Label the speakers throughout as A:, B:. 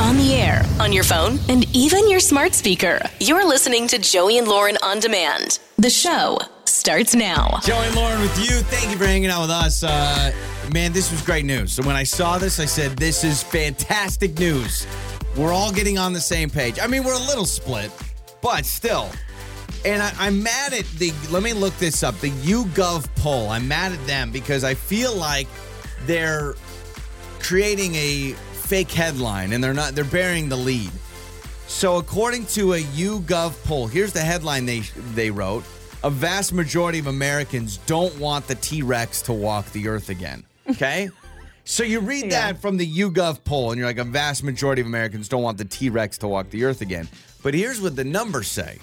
A: on the air, on your phone, and even your smart speaker. You're listening to Joey and Lauren on demand. The show starts now.
B: Joey and Lauren with you. Thank you for hanging out with us. Uh, man, this was great news. So when I saw this, I said, "This is fantastic news." We're all getting on the same page. I mean, we're a little split, but still. And I, I'm mad at the. Let me look this up. The YouGov poll. I'm mad at them because I feel like they're creating a fake headline and they're not. They're burying the lead. So, according to a YouGov poll, here's the headline they they wrote: A vast majority of Americans don't want the T-Rex to walk the Earth again. Okay, so you read that from the YouGov poll, and you're like, a vast majority of Americans don't want the T-Rex to walk the Earth again. But here's what the numbers say: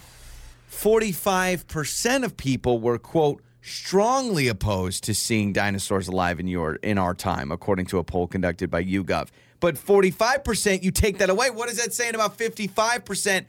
B: 45% of people were quote strongly opposed to seeing dinosaurs alive in your in our time according to a poll conducted by YouGov. But 45% you take that away, what is that saying about 55%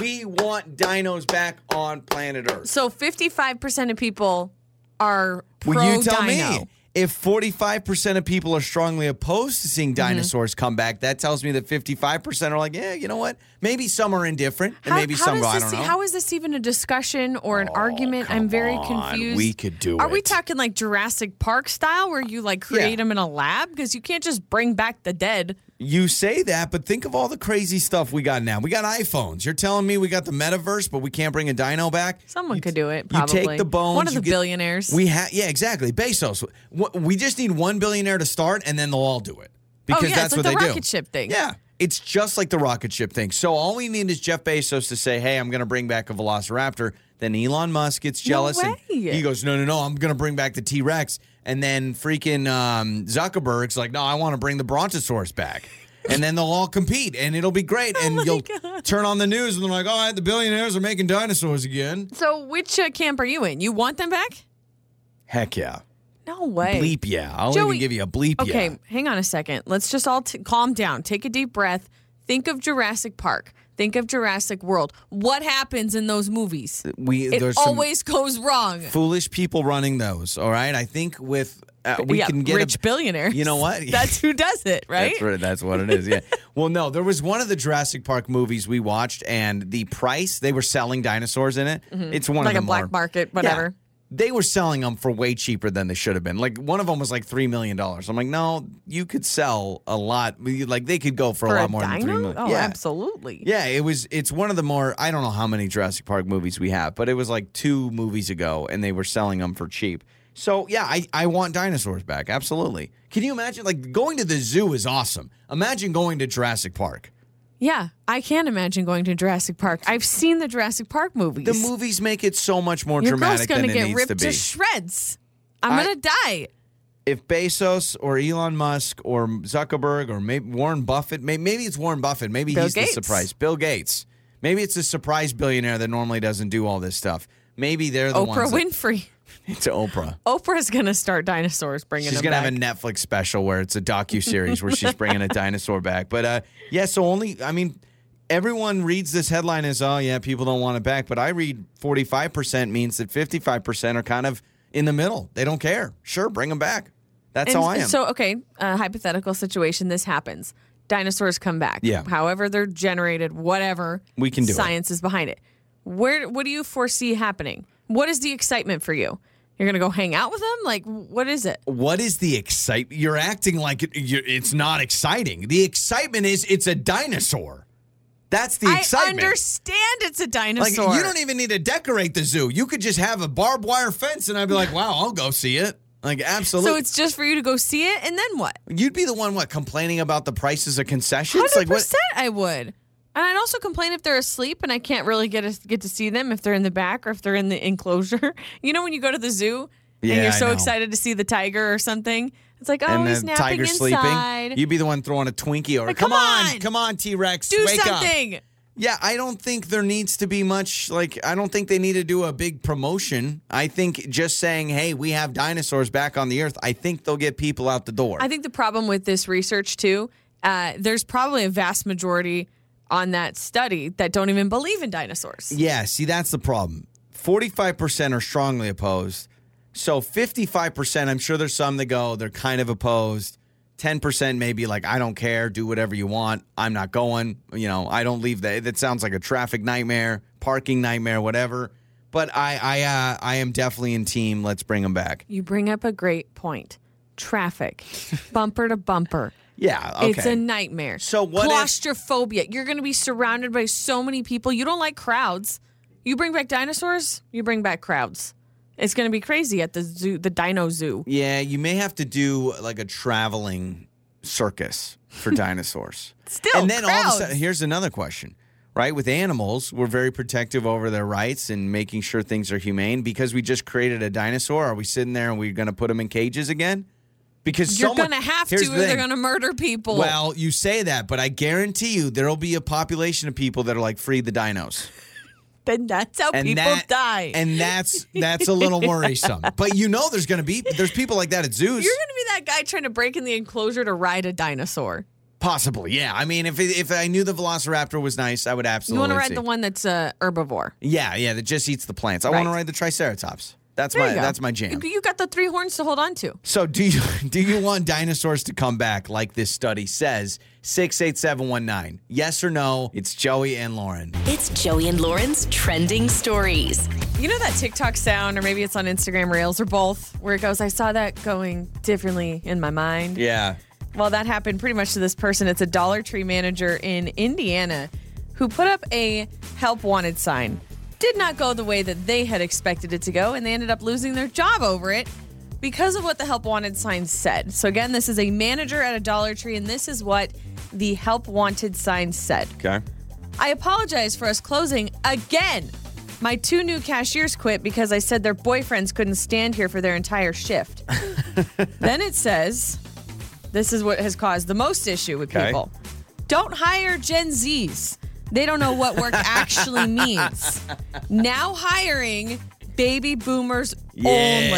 B: we want dinos back on planet Earth?
C: So 55% of people are pro
B: Will you tell
C: dino.
B: me if 45% of people are strongly opposed to seeing
C: Mm-hmm.
B: dinosaurs come back, that tells me that 55% are like, yeah, you know what? Maybe some are indifferent and
C: How,
B: maybe
C: how
B: some
C: does
B: go, I
C: this,
B: don't know. Oh,
C: How is this even a discussion or an argument? I'm very confused.
B: We could do
C: Are we
B: it.
C: talking like Jurassic Park style where you like create
B: Yeah.
C: them in a lab? Because you can't just bring back the dead.
B: You say that, but think of all the crazy stuff we got now. We got iPhones. You're telling me we got the metaverse, but we can't bring a dino back?
C: Someone
B: You-
C: could do it,
B: You
C: probably.
B: take the bones.
C: One of
B: you
C: the billionaires.
B: We ha- yeah, exactly. Bezos. W- We just need one billionaire to start, and then they'll all do it because
C: Oh, yeah, it's
B: that's
C: like
B: what
C: the
B: they do.
C: rocket ship thing.
B: Yeah, it's just like the rocket ship thing. So all we need is Jeff Bezos to say, "Hey, I'm going to bring back a Velociraptor." Then Elon Musk gets jealous, and
C: way.
B: he goes, "No, no, no, I'm going to bring back the T Rex." And then freaking um, Zuckerberg's like, "No, I want to bring the Brontosaurus back." And then they'll all compete, and it'll be great.
C: Oh
B: And you'll turn on the news, and they're like, "All right, the billionaires are making dinosaurs again."
C: So which uh, camp are you in? You want them back?
B: Heck yeah.
C: No way.
B: Bleep yeah. I'll
C: Joey-
B: even give you a bleep
C: Okay,
B: yeah.
C: hang on a second. Let's just all t- calm down. Take a deep breath. Think of Jurassic Park. Think of Jurassic World. What happens in those movies?
B: We
C: It
B: Uh, there's
C: always goes wrong.
B: some foolish people running those. All right. I think with uh, we
C: yeah,
B: can get
C: rich
B: a,
C: billionaires.
B: You know what?
C: That's who does it, right?
B: That's, what- that's what it is. Yeah. well, no, there was one of the Jurassic Park movies we watched, and the price they were selling dinosaurs in it. It's one
C: Mm-hmm. Like
B: of
C: a
B: the
C: black
B: more-
C: market,
B: Yeah.
C: whatever.
B: They were selling them for way cheaper than they should have been. Like one of them was like three million dollars. I'm like, no, you could sell a lot. Like they could go for,
C: For
B: a
C: a
B: lot more than three
C: dino?
B: million.
C: Oh,
B: yeah.
C: absolutely.
B: Yeah, it was. It's one of the more. I don't know how many Jurassic Park movies we have, but it was like two movies ago, and they were selling them for cheap. So yeah, I I want dinosaurs back. Absolutely. Can you imagine? Like going to the zoo is awesome. Imagine going to Jurassic Park.
C: Yeah, I can't imagine going to Jurassic Park. I've seen the Jurassic Park movies.
B: The movies make it so much more
C: Your girl's
B: dramatic
C: gonna
B: than it
C: get
B: needs to
C: ripped
B: be.
C: to, shreds. I'm
B: I-
C: gonna die.
B: if Bezos or Elon Musk or Zuckerberg or maybe Warren Buffett, maybe, maybe it's Warren Buffett, maybe
C: Bill
B: he's
C: Gates.
B: the surprise. Bill Gates. Maybe it's a surprise billionaire that normally doesn't do all this stuff. Maybe they're the ones.
C: Oprah
B: that-
C: Winfrey.
B: it's Oprah.
C: Oprah's gonna start dinosaurs bringing
B: She's
C: them
B: gonna
C: back.
B: have a Netflix special where it's a docu series where she's bringing a dinosaur back. But uh, yeah, so only I mean, everyone reads this headline as oh yeah, people don't want it back. But I read forty five percent means that fifty five percent are kind of in the middle. They don't care. Sure, bring them back. That's
C: And
B: how I am.
C: So, okay, a hypothetical situation. This happens. Dinosaurs come back.
B: Yeah.
C: However they're generated, whatever.
B: We can do it.
C: Science is behind it. Where? What do you foresee happening? What is the excitement for you? You're gonna go hang out with them? Like, what is it?
B: what is the excitement? You're acting like it, you it's not exciting. The excitement is it's a dinosaur. That's the excitement.
C: I understand it's a
B: Like
C: dinosaur.
B: you don't even need to decorate the zoo. You could just have a barbed wire fence, and I'd be like, "Wow, I'll go see it." Like absolutely.
C: so it's just for you to go see it, and then what?
B: you'd be the one what complaining about the prices of concessions.
C: Hundred
B: Like what?
C: percent, I would. And I'd also complain if they're asleep and I can't really get a, get to see them if they're in the back or if they're in the enclosure. You know when you go to the zoo
B: Yeah,
C: and you're
B: I
C: so
B: know.
C: excited to see the tiger or something. It's like, oh,
B: and
C: he's
B: the
C: napping
B: tiger
C: inside.
B: sleeping. You'd be the one throwing a Twinkie or
C: Like,
B: come,
C: come
B: on,
C: on!
B: come on, T Rex,
C: Do
B: wake up.
C: something.
B: Yeah, I don't think there needs to be much. Like I don't think they need to do a big promotion. I think just saying, "Hey, we have dinosaurs back on the earth," I think they'll get people out the door.
C: I think the problem with this research too, uh, there's probably a vast majority on that study that don't even believe in dinosaurs.
B: Yeah, see, that's the problem. 45% are strongly opposed. So 55%, I'm sure there's some that go, they're kind of opposed. 10% maybe like I don't care, do whatever you want. I'm not going. You know, I don't leave that. That sounds like a traffic nightmare, parking nightmare, whatever. But I I uh, I am definitely in team. Let's bring them back.
C: You bring up a great point. Traffic, bumper to bumper.
B: Yeah, okay.
C: It's a nightmare.
B: So what if-
C: claustrophobia? You're going to be surrounded by so many people. You don't like crowds. You bring back dinosaurs. You bring back crowds. It's going to be crazy at the zoo, the dino zoo.
B: yeah, you may have to do like a traveling circus for dinosaurs.
C: Still
B: and then all of a
C: crowds.
B: sudden, here's another question, right? With animals, we're very protective over their rights and making sure things are humane. Because we just created a dinosaur, are we sitting there and we're going to put them in cages again? Because
C: You're
B: someone-
C: going to have to,
B: here's
C: or
B: the
C: they're
B: thing.
C: going to murder people.
B: Well, you say that, but I guarantee you there'll be a population of people that are like free the dinos.
C: then that's how
B: And
C: people
B: that-
C: die.
B: And that's that's a little worrisome. But you know there's gonna be there's people like that at zoos.
C: You're going to be that guy trying to break in the enclosure to ride a dinosaur.
B: Possibly, yeah. I mean if it, if I knew the Velociraptor was nice, I would
C: You
B: absolutely
C: want to ride
B: see.
C: the one that's a herbivore.
B: Yeah, yeah, that just eats the plants. I want to
C: Right.
B: ride the triceratops. That's
C: There
B: my
C: you go.
B: that's my jam.
C: You, you got the three horns to hold on to.
B: So do you do you want dinosaurs to come back like this study says? 68719. Yes or no? It's Joey and Lauren.
A: It's Joey and Lauren's trending stories.
C: You know that TikTok sound, or maybe it's on Instagram Reels or both, where it goes, I saw that going differently in my mind.
B: Yeah.
C: Well, that happened pretty much to this person. It's a Dollar Tree manager in Indiana who put up a help wanted sign. Did not go the way that they had expected it to go, and they ended up losing their job over it because of what the help wanted sign said. So, again, this is a manager at a Dollar Tree, and this is what the help wanted sign said.
B: Okay.
C: I apologize for us closing again. My two new cashiers quit because I said their boyfriends couldn't stand here for their entire shift. then it says, this is what has caused the most issue with
B: Okay.
C: people. Don't hire Gen Zs. They don't know what work actually means. Now hiring baby boomers only.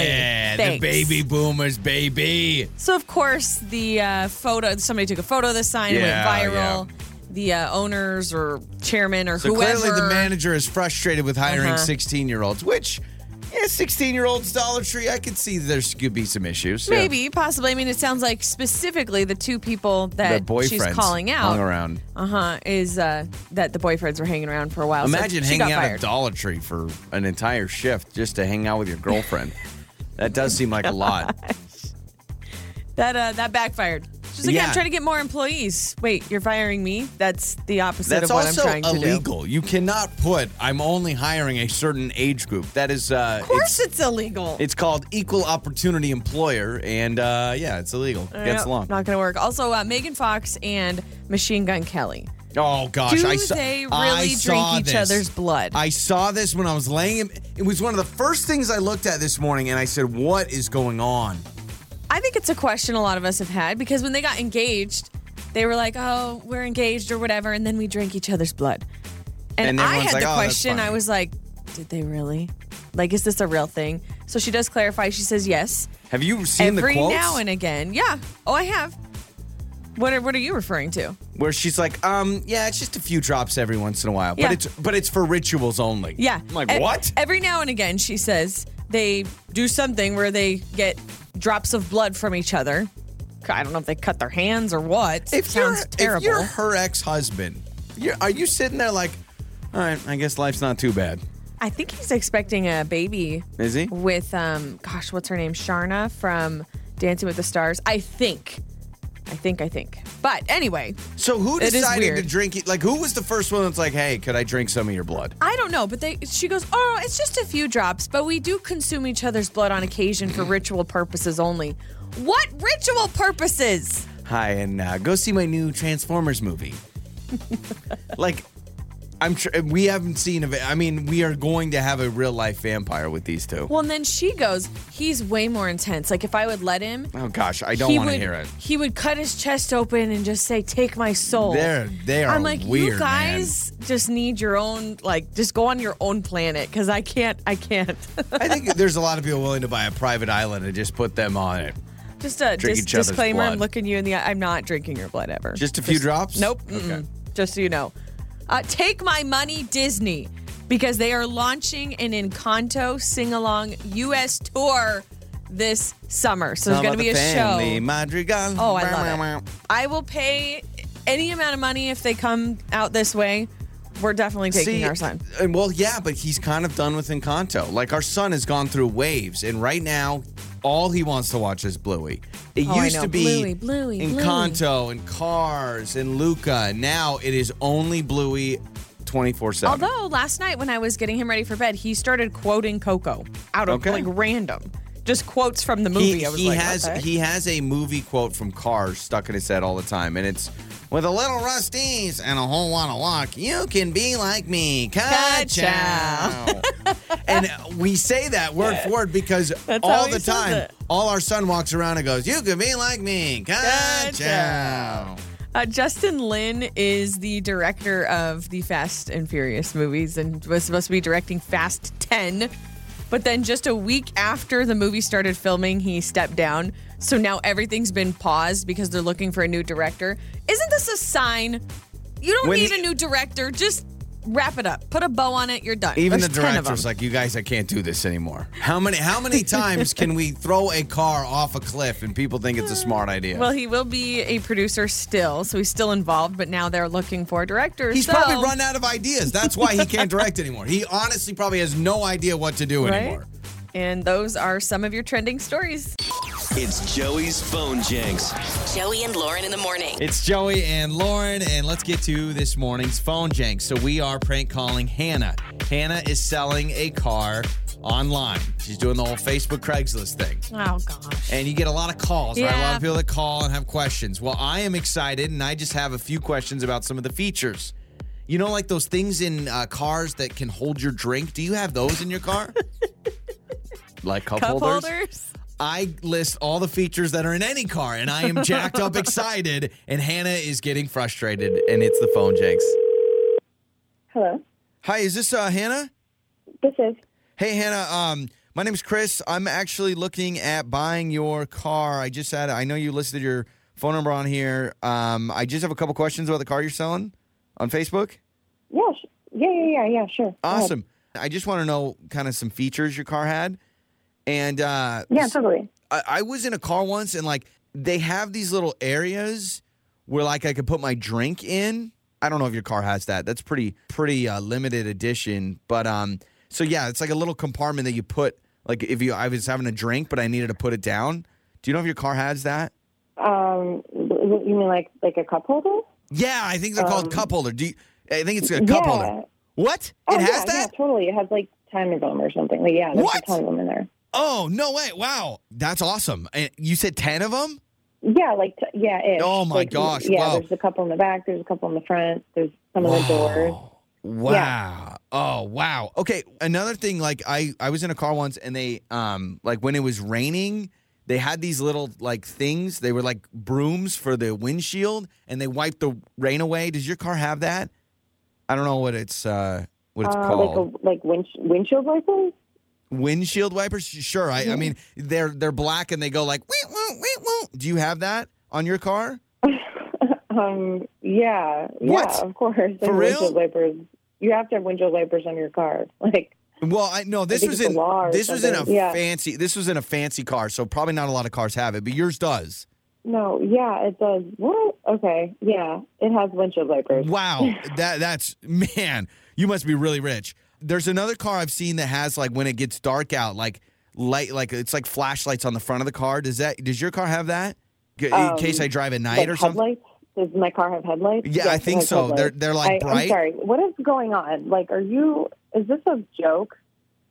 B: Yeah, the
C: Thanks.
B: baby boomers, baby.
C: So of course the uh, photo. Somebody took a photo of this sign.
B: Yeah,
C: it went viral. The uh, owners or chairman or
B: So
C: whoever.
B: clearly, the manager is frustrated with hiring
C: Uh-huh.
B: 16 year olds, which, yeah, 16 year olds, Dollar Tree, I could see there could be some issues.
C: Maybe, possibly. I mean, it sounds like specifically the two people
B: The
C: that
B: boyfriends
C: she's calling
B: hung
C: out.
B: around.
C: Uh huh. Is uh, that the boyfriends were hanging around for a while? so
B: Imagine
C: she
B: hanging
C: got
B: out
C: fired.
B: at Dollar Tree for an entire shift just to hang out with your girlfriend. that does seem like a lot.
C: that uh, that backfired. She's like, yeah.
B: Yeah.
C: I'm trying to get more employees. Wait, you're firing me? That's the opposite
B: That's
C: of what
B: also
C: I'm trying to do.
B: illegal. You cannot put "I'm only hiring a certain age group." That is, uh,
C: Of course, it's, illegal.
B: it's called equal opportunity employer, and uh, yeah, it's illegal. Gets
C: Nope,
B: long.
C: Not going to work. Also, uh, Megan Fox and Machine Gun Kelly.
B: Oh gosh,
C: Do
B: I saw.
C: they really
B: I
C: drink
B: saw
C: each
B: this.
C: other's blood?
B: I saw this when I was laying. in- It was one of the first things I looked at this morning, and I said, "What is going on?"
C: I think it's a question a lot of us have had because when they got engaged, they were like, "Oh, we're engaged" or whatever, and then we drank each other's blood. And,
B: And
C: I
B: everyone's
C: had
B: like,
C: the
B: "Oh, that's
C: question. I
B: funny."
C: was like, "Did they really? Like, is this a real thing?" So she does clarify. She says, "Yes,
B: Have you seen
C: every
B: the quotes
C: now and again." Yeah. Oh, I have. What are What are you referring to?
B: where she's like, "Um, yeah, it's just a few drops every once in a while,
C: Yeah.
B: but it's but it's for rituals only."
C: Yeah.
B: I'm like
C: E-
B: what?
C: Every now and again, she says they do something where they get drops of blood from each other. I don't know if they cut their hands or what.
B: if
C: Sounds
B: you're
C: terrible.
B: if you're her ex husband, are you sitting there like, "All right, I guess life's not too bad,"
C: I think he's expecting a baby
B: is he?
C: with um gosh, what's her name? Sharna from Dancing with the Stars. I think. I think, I think. But anyway,
B: So who
C: It is
B: decided to
C: weird.
B: drink it? Like, who was the first one that's like, "Hey, could I drink some of your blood?"
C: I don't know, but they she goes, "Oh, it's just a few drops, but we do consume each other's blood on occasion for ritual purposes only." What ritual purposes?
B: hi and uh, go see my new transformers movie like i'm sure we haven't seen a i mean we are going to have a real life vampire with these two
C: Well, and then she goes, "He's way more intense. Like if I would let him,
B: oh gosh i don't
C: he
B: want to
C: would-
B: hear it
C: He would cut his chest open and just say, "Take my soul."
B: They're- they are
C: I'm like,
B: weird,
C: you guys just need your own, like, just go on your own planet because I can't, I can't.
B: i think there's a lot of people willing to buy a private island and just put them on it
C: just a
B: Drink
C: dis-
B: each other's
C: disclaimer:
B: blood.
C: I'm looking you in the eye. I'm not drinking your blood ever.
B: Just a few drops?
C: Nope.
B: Okay.
C: mm-mm. Just so you know, uh, take my money, Disney, because they are launching an Encanto sing-along U.S. tour this summer. So there's
B: How
C: going
B: about
C: to be
B: the
C: a
B: family,
C: show.
B: Madrigal.
C: Oh, I love it. I will pay any amount of money if they come out this way. We're definitely taking
B: See,
C: our son.
B: And well, yeah, but he's kind of done with Encanto. Like our son has gone through waves, and right now, all he wants to watch is Bluey. It
C: Oh, I
B: used
C: know.
B: to be
C: Bluey, Bluey, Bluey.
B: Encanto and Cars and Luca. Now it is only Bluey, twenty four seven.
C: Although last night when I was getting him ready for bed, he started quoting Coco out of
B: Okay.
C: like random, just quotes from the movie.
B: He,
C: I was
B: he
C: like, what
B: has
C: the heck?
B: he has a movie quote from Cars stuck in his head all the time, and it's. With a little rusties and a whole lot of luck, you can be like me. Ka-chow.
C: Ka-chow.
B: and we say that word for word because
C: That's how
B: all
C: he
B: the
C: says
B: time,
C: it.
B: all our son walks around and goes, "You can be like me, ka-chow."
C: Uh, Justin Lin is the director of the Fast and Furious movies and was supposed to be directing Fast 10. But then just a week after the movie started filming, he stepped down. So now everything's been paused because they're looking for a new director. Isn't this a sign? You don't
B: When-
C: need a new director. Just wrap it up. Put a bow on it. You're done.
B: Even
C: There's
B: the
C: 10 of
B: director's
C: them.
B: like, "You guys, I can't do this anymore." How many how many times can we throw a car off a cliff and people think it's a smart idea?
C: Well, he will be a producer still, so he's still involved, but now they're looking for a director.
B: He's
C: so-
B: probably run out of ideas. That's why he can't direct anymore. He honestly probably has no idea what to do anymore.
C: And those are some of your trending stories.
D: It's Joey's phone janks.
A: Joey and Lauren in the morning.
B: It's Joey and Lauren, and let's get to this morning's phone jank. So we are prank calling Hannah. Hannah is selling a car online. She's doing the whole Facebook Craigslist thing.
C: Oh, gosh.
B: And you get a lot of calls, right? A lot
C: Yeah.
B: of people that call and have questions. Well, I am excited, and I just have a few questions about some of the features. You know, like those things in uh, cars that can hold your drink. Do you have those in your car? like cup,
C: Cup
B: holders?
C: holders?
B: I list all the features that are in any car, and I am jacked up, excited, and Hannah is getting frustrated, and it's the phone janks.
E: Hello.
B: Hi, is this uh, Hannah?
E: This is
B: Hey, Hannah. Um, my name's Chris. I'm actually looking at buying your car. I just had. I know you listed your phone number on here. Um, I just have a couple questions about the car you're selling on Facebook.
E: yeah, sh- yeah, yeah, yeah, yeah. Sure. Go ahead.
B: Awesome. I just want to know kind of some features your car had, and uh,
E: Yeah, totally.
B: I, I was in a car once and like they have these little areas where like I could put my drink in. I don't know if your car has that. That's pretty pretty uh, limited edition, but um so yeah, it's like a little compartment that you put like if you I was having a drink but I needed to put it down. Do you know if your car has that?
E: Um, w- w- you mean like like a cup holder?
B: Yeah, I think they're called
E: Um,
B: cup holder. Do you, I think it's a cup
E: yeah.
B: holder. What?
E: Oh,
B: it has
E: yeah,
B: that?
E: Yeah, totally. It has like timer bomb or something. Like, yeah, there's
B: What?
E: a ton of them in there.
B: Oh, no way. Wow. That's awesome. And you said 10 of them?
E: Yeah, like t- yeah. It,
B: Oh, my
E: like,
B: gosh,
E: Yeah,
B: wow.
E: there's a couple in the back. There's a couple in the front. There's some in the doors.
B: Wow. Wow. Oh, wow. Okay, another thing like I I was in a car once and they um like when it was raining, they had these little like things, they were like brooms for the windshield and they wiped the rain away. Does your car have that? I don't know what it's uh what it's
E: Uh, like
B: called.
E: a, like winch, windshield wipers.
B: windshield wipers? Sure. I
E: Mm-hmm.
B: I mean, they're they're black and they go like "Wee, woo, wee, woo." Do you have that on your car?
E: um, yeah,
B: What?
E: yeah, of course.
B: For
E: And
B: real?
E: Windshield wipers. You have to have windshield wipers on your car. Like,
B: Well, I no, this
E: think
B: was
E: it's a
B: in
E: law or
B: this was in a
E: something. Yeah.
B: fancy this was in a fancy car, so probably not a lot of cars have it, but yours does.
E: no, yeah, it does. What? Okay, yeah, it has windshield wipers.
B: Wow, that that's man, you must be really rich. There's another car I've seen that has like when it gets dark out, like light, like it's like flashlights on the front of the car. Does that does your car have that? G- In
E: Um,
B: case I drive at night
E: Like
B: or something.
E: headlights? Does my car have headlights?
B: Yeah, I
E: Yes, it
B: think
E: has
B: so. They're-
E: headlights.
B: they're, like,
E: I,
B: bright.
E: I'm sorry. What is going on? Like, are you? Is this a joke?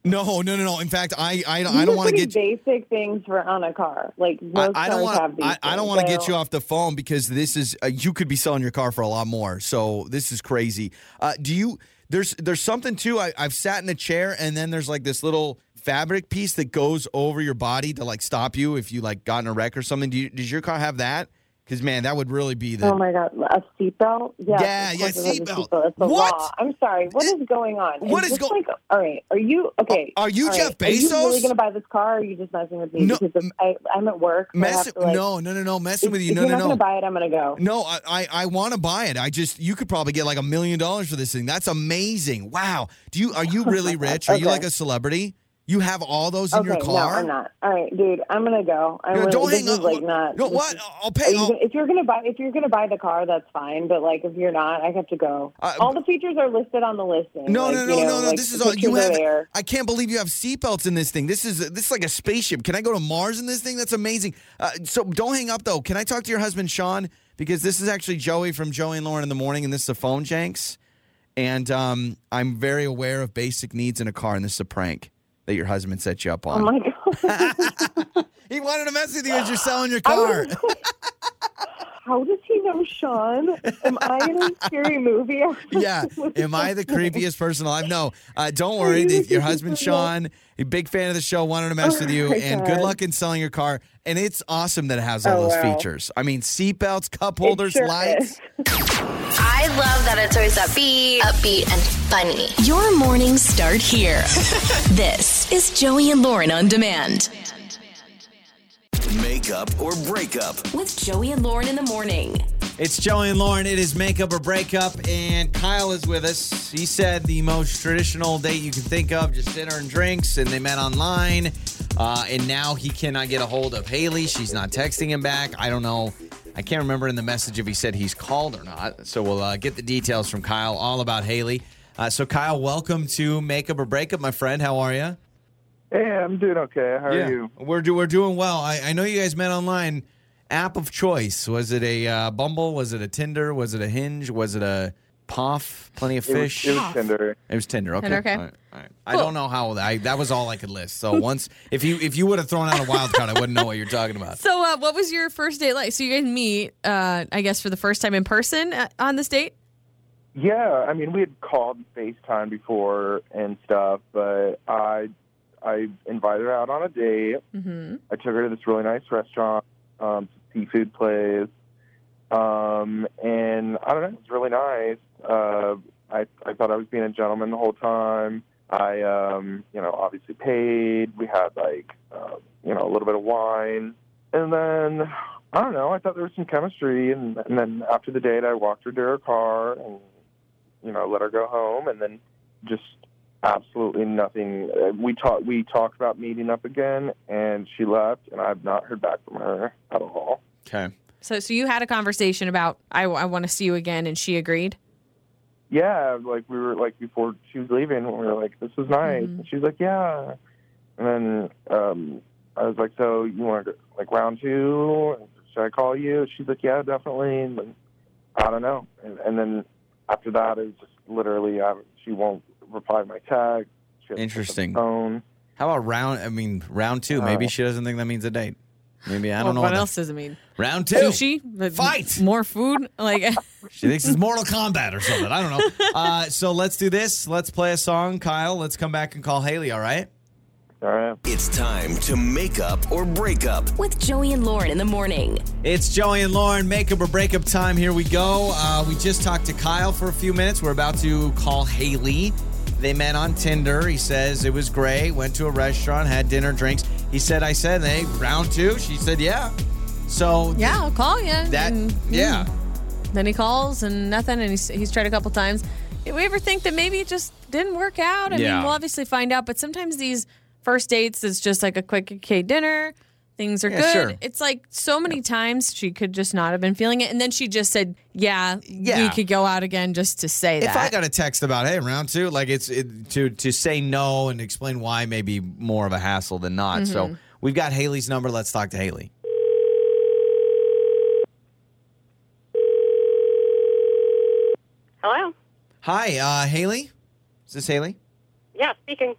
B: No, no, no, no. In fact, I I,
E: These
B: I don't
E: are
B: want to
E: pretty
B: get
E: basic things for on a car. Like
B: I,
E: most
B: I don't
E: cars
B: want
E: have these.
B: I, I don't
E: things.
B: want to
E: So-
B: get you off the phone because this is uh, you could be selling your car for a lot more. So this is crazy. Uh, do you? There's there's something too. I, I've sat in a chair and then there's like this little fabric piece that goes over your body to like stop you if you like got in a wreck or something. Do you, does your car have that? Because man, that would really be the.
E: Oh my god, a seatbelt? Yes,
B: Yeah,
E: of
B: yeah,
E: course it has a
B: seatbelt.
E: seatbelt. It's the
B: What?
E: law. I'm sorry. What is going on?
B: What is
E: this
B: go-
E: Like, all right, are you okay?
B: Are you
E: all
B: Jeff
E: Are you
B: Bezos?
E: really going to buy this car? Or are you just messing with me?
B: No,
E: because if I, I'm at work. so I
B: Mess,
E: have to, like,
B: no, no, no, no. Messing
E: if,
B: with you.
E: if
B: No,
E: you're
B: no,
E: not
B: no.
E: going to buy it, I'm going to go.
B: No, I I, I want to buy it. I just you could probably get like a million dollars for this thing. That's amazing. Wow. Do you are you really rich? Are you
E: Okay.
B: like a celebrity? You have all those in
E: okay,
B: your car?
E: no, I'm not. All right, dude, I'm gonna go. I'm
B: Yeah,
E: really,
B: don't
E: this
B: hang
E: is,
B: up.
E: Like not.
B: no,
E: this
B: what?
E: is-
B: I'll
E: Are
B: pay.
E: you
B: I'll-
E: gonna- if you're gonna buy, if you're gonna buy the car, that's fine. But like, if you're not, I have to go.
B: Uh,
E: all the features are listed on the listing.
B: no,
E: Like,
B: no,
E: you
B: no,
E: know,
B: no, no.
E: like,
B: this
E: the
B: is all you
E: pictures are
B: have.
E: There.
B: I can't believe you have seatbelts in this thing. This is this is like a spaceship. Can I go to Mars in this thing? That's amazing. Uh, so don't hang up though. Can I talk to your husband Sean? Because this is actually Joey from Joey and Lauren in the morning, and this is a phone janks. And um, I'm very aware of basic needs in a car, and this is a prank that your husband set you up
E: Oh
B: on.
E: my god!
B: he wanted to mess with you as you're selling your
E: I
B: car.
E: was like, How does he know Sean? Am I in a scary movie?
B: yeah. Am I the creepiest person alive? No. Uh, don't worry. The- Your husband Sean, a big fan of the show, wanted to mess with you.
E: Oh my
B: And good
E: God.
B: luck in selling your car. And it's awesome that it has all
E: Oh,
B: those
E: wow.
B: features. I mean, seatbelts, cup
E: It
B: holders,
E: sure
B: lights.
E: is.
F: I love that it's always upbeat, upbeat and funny.
A: Your mornings start here. this is Joey and Lauren on demand.
D: Makeup or breakup.
A: With Joey and Lauren in the morning.
B: It's Joey and Lauren. It is makeup or breakup, and Kyle is with us. He said the most traditional date you can think of, just dinner and drinks, and they met online. Uh, and now he cannot get a hold of Haley. She's not texting him back. I don't know. I can't remember in the message if he said he's called or not. So we'll uh, get the details from Kyle all about Haley. Uh, so Kyle, welcome to Makeup or Breakup, my friend. How are you?
G: Hey, I'm doing okay. How are you?
B: We're do- we're doing well. I, I know you guys met online. App of choice was it a uh, Bumble? Was it a Tinder? Was it a Hinge? Was it a Poff? Plenty of
G: It was-
B: fish.
G: It was Tinder.
B: It was Tinder. Okay.
C: Tinder, okay.
B: All right, all right. I don't know how I, that was all I could list. So once if you if you would have thrown out a wild card, I wouldn't know what you're talking about.
C: So, uh, what was your first date like? So, you guys meet, uh, I guess, for the first time in person uh, on this date?
G: Yeah, I mean, we had called FaceTime before and stuff, but I I invited her out on a date.
C: Mm-hmm.
G: I took her to this really nice restaurant, um, seafood place, um, and I don't know, it was really nice. Uh, I I thought I was being a gentleman the whole time. I um, you know obviously paid. We had like uh, you know a little bit of wine, and then I don't know. I thought there was some chemistry, and, and then after the date, I walked her to her car and you know let her go home, and then just absolutely nothing. Uh, we talked we talked about meeting up again, and she left, and I've not heard back from her at all.
B: Okay.
C: So, so you had a conversation about, I, I want to see you again, and she agreed?
G: Yeah, like we were like before she was leaving, we were like, "This is nice,"
C: Mhm.
G: and she's like, "Yeah," and then um, I was like, "So you want to like round two? Should I call you?" She's like, "Yeah, definitely." And then, I don't know, and, and then after that, it was just literally um, she won't reply to my text. She hasn't picked up the
B: Interesting.
G: Phone.
B: How about round? I mean, round two. Maybe
G: Oh.
B: she doesn't think that means a date. Maybe I don't know
C: what
B: that-
C: else does it mean?
B: Round two.
C: Sushi? But
B: Fight.
C: More food? Like,
B: She thinks it's Mortal Kombat or something. I don't know. Uh, so let's do this. Let's play a song, Kyle. Let's come back and call Haley. All right.
G: All right.
D: It's time to make up or break up.
A: With Joey and Lauren in the morning.
B: It's Joey and Lauren, makeup or breakup time. Here we go. Uh, we just talked to Kyle for a few minutes. We're about to call Haley. They met on Tinder. He says it was great. Went to a restaurant, had dinner, drinks. He said, I said, hey, round two. She said, yeah. So
C: yeah, Mm-hmm. I'll call you.
B: that,
C: and-
B: yeah.
C: Then he calls and nothing, and he's, he's tried a couple times. Did we ever think that maybe it just didn't work out? I
B: Yeah.
C: mean, we'll obviously find out, but sometimes these first dates is just like a quick okay dinner. Things are
B: Yeah,
C: good.
B: sure.
C: It's like so many times she could just not have been feeling it, and then she just said, "Yeah,
B: Yeah.
C: we could go out again," just to say
B: If
C: that.
B: I got a text about, hey, round two, like it's it, to to say no and explain why may be more of a hassle than not.
C: Mm-hmm.
B: So we've got Haley's number. Let's talk to Haley.
H: Hello.
B: Hi, uh, Haley. Is this Haley?
H: Yeah, speaking.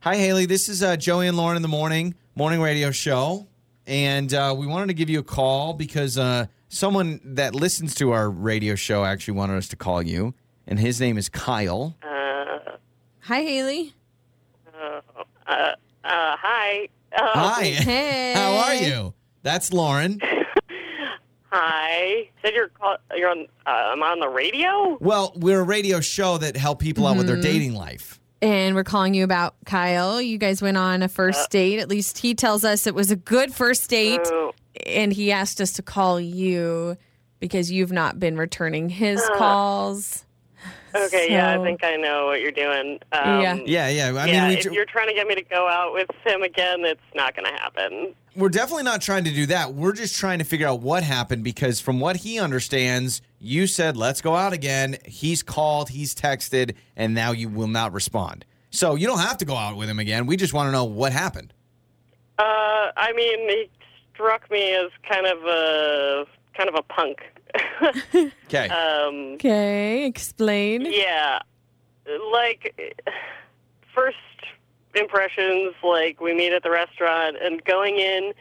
B: Hi, Haley. This is uh, Joey and Lauren in the morning morning radio show, and uh, we wanted to give you a call because uh, someone that listens to our radio show actually wanted us to call you, and his name is Kyle.
H: Uh,
C: Hi, Haley.
H: uh, uh, uh, hi. Uh,
B: Hi.
C: Hey.
B: How are you? That's Lauren.
H: hi. Said you're call- you're on. Uh, am I on the radio?
B: Well, we're a radio show that help people out with their dating life.
C: And we're calling you about Kyle. You guys went on a first date. At least he tells us it was a good first date.
H: Oh,
C: and he asked us to call you because you've not been returning his calls.
H: Uh, Okay, yeah,
C: So-
H: I think I know what you're doing. Um,
C: Yeah.
B: Yeah, yeah. I
H: yeah,
B: mean, we,
H: if
B: ju-
H: you're trying to get me to go out with him again, it's not going to happen.
B: we're definitely not trying to do that. We're just trying to figure out what happened because, from what he understands, you said, let's go out again. He's called, he's texted, and now you will not respond. So you don't have to go out with him again. We just want to know what happened.
H: Uh, I mean, he struck me as kind of a kind of a punk.
B: Okay.
H: um,
C: Okay, explain.
H: yeah, like first impressions. Like we meet at the restaurant, and going in,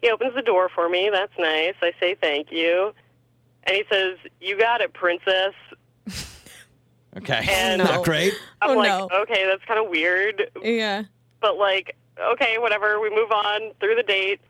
H: he opens the door for me. That's nice. I say thank you, and he says, "You got it, princess."
B: okay.
H: and-
B: not great.
H: I'm
C: Oh,
H: like, uh,
C: no.
H: okay, that's kind of weird,
C: Yeah.
H: but like, okay, whatever. We move on through the date.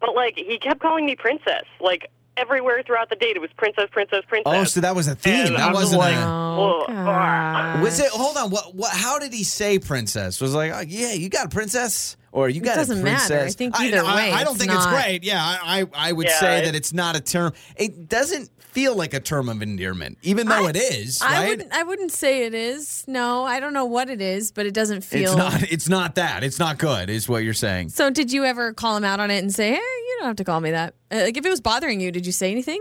H: But like, he kept calling me princess. Like everywhere throughout the date, it was princess, princess, princess.
B: Oh, so that was a theme.
H: And
B: that
H: I'm
B: wasn't
H: like-
B: a.
C: Oh,
H: Oh,
C: God.
B: Was it? Hold on. What? What? How did he say princess? Was it like, oh, yeah, you got a princess, or you got
C: doesn't
B: a
C: matter. I
B: princess?
C: think either
B: I,
C: way,
B: I, don't
C: it's
B: think
C: not-
B: it's great. Yeah, I, I, I would
H: Yeah,
B: say
H: it-
B: that it's not a term. It doesn't feel like a term of endearment, even though
C: I-
B: it is.
C: I
B: right?
C: wouldn't. I wouldn't say it is. No, I don't know what it is, but it doesn't feel.
B: It's not. It's not that. It's not good. Is what you're saying?
C: So, did you ever call him out on it and say, "Hey, you don't have to call me that"? Uh, like, if it was bothering you, did you say anything?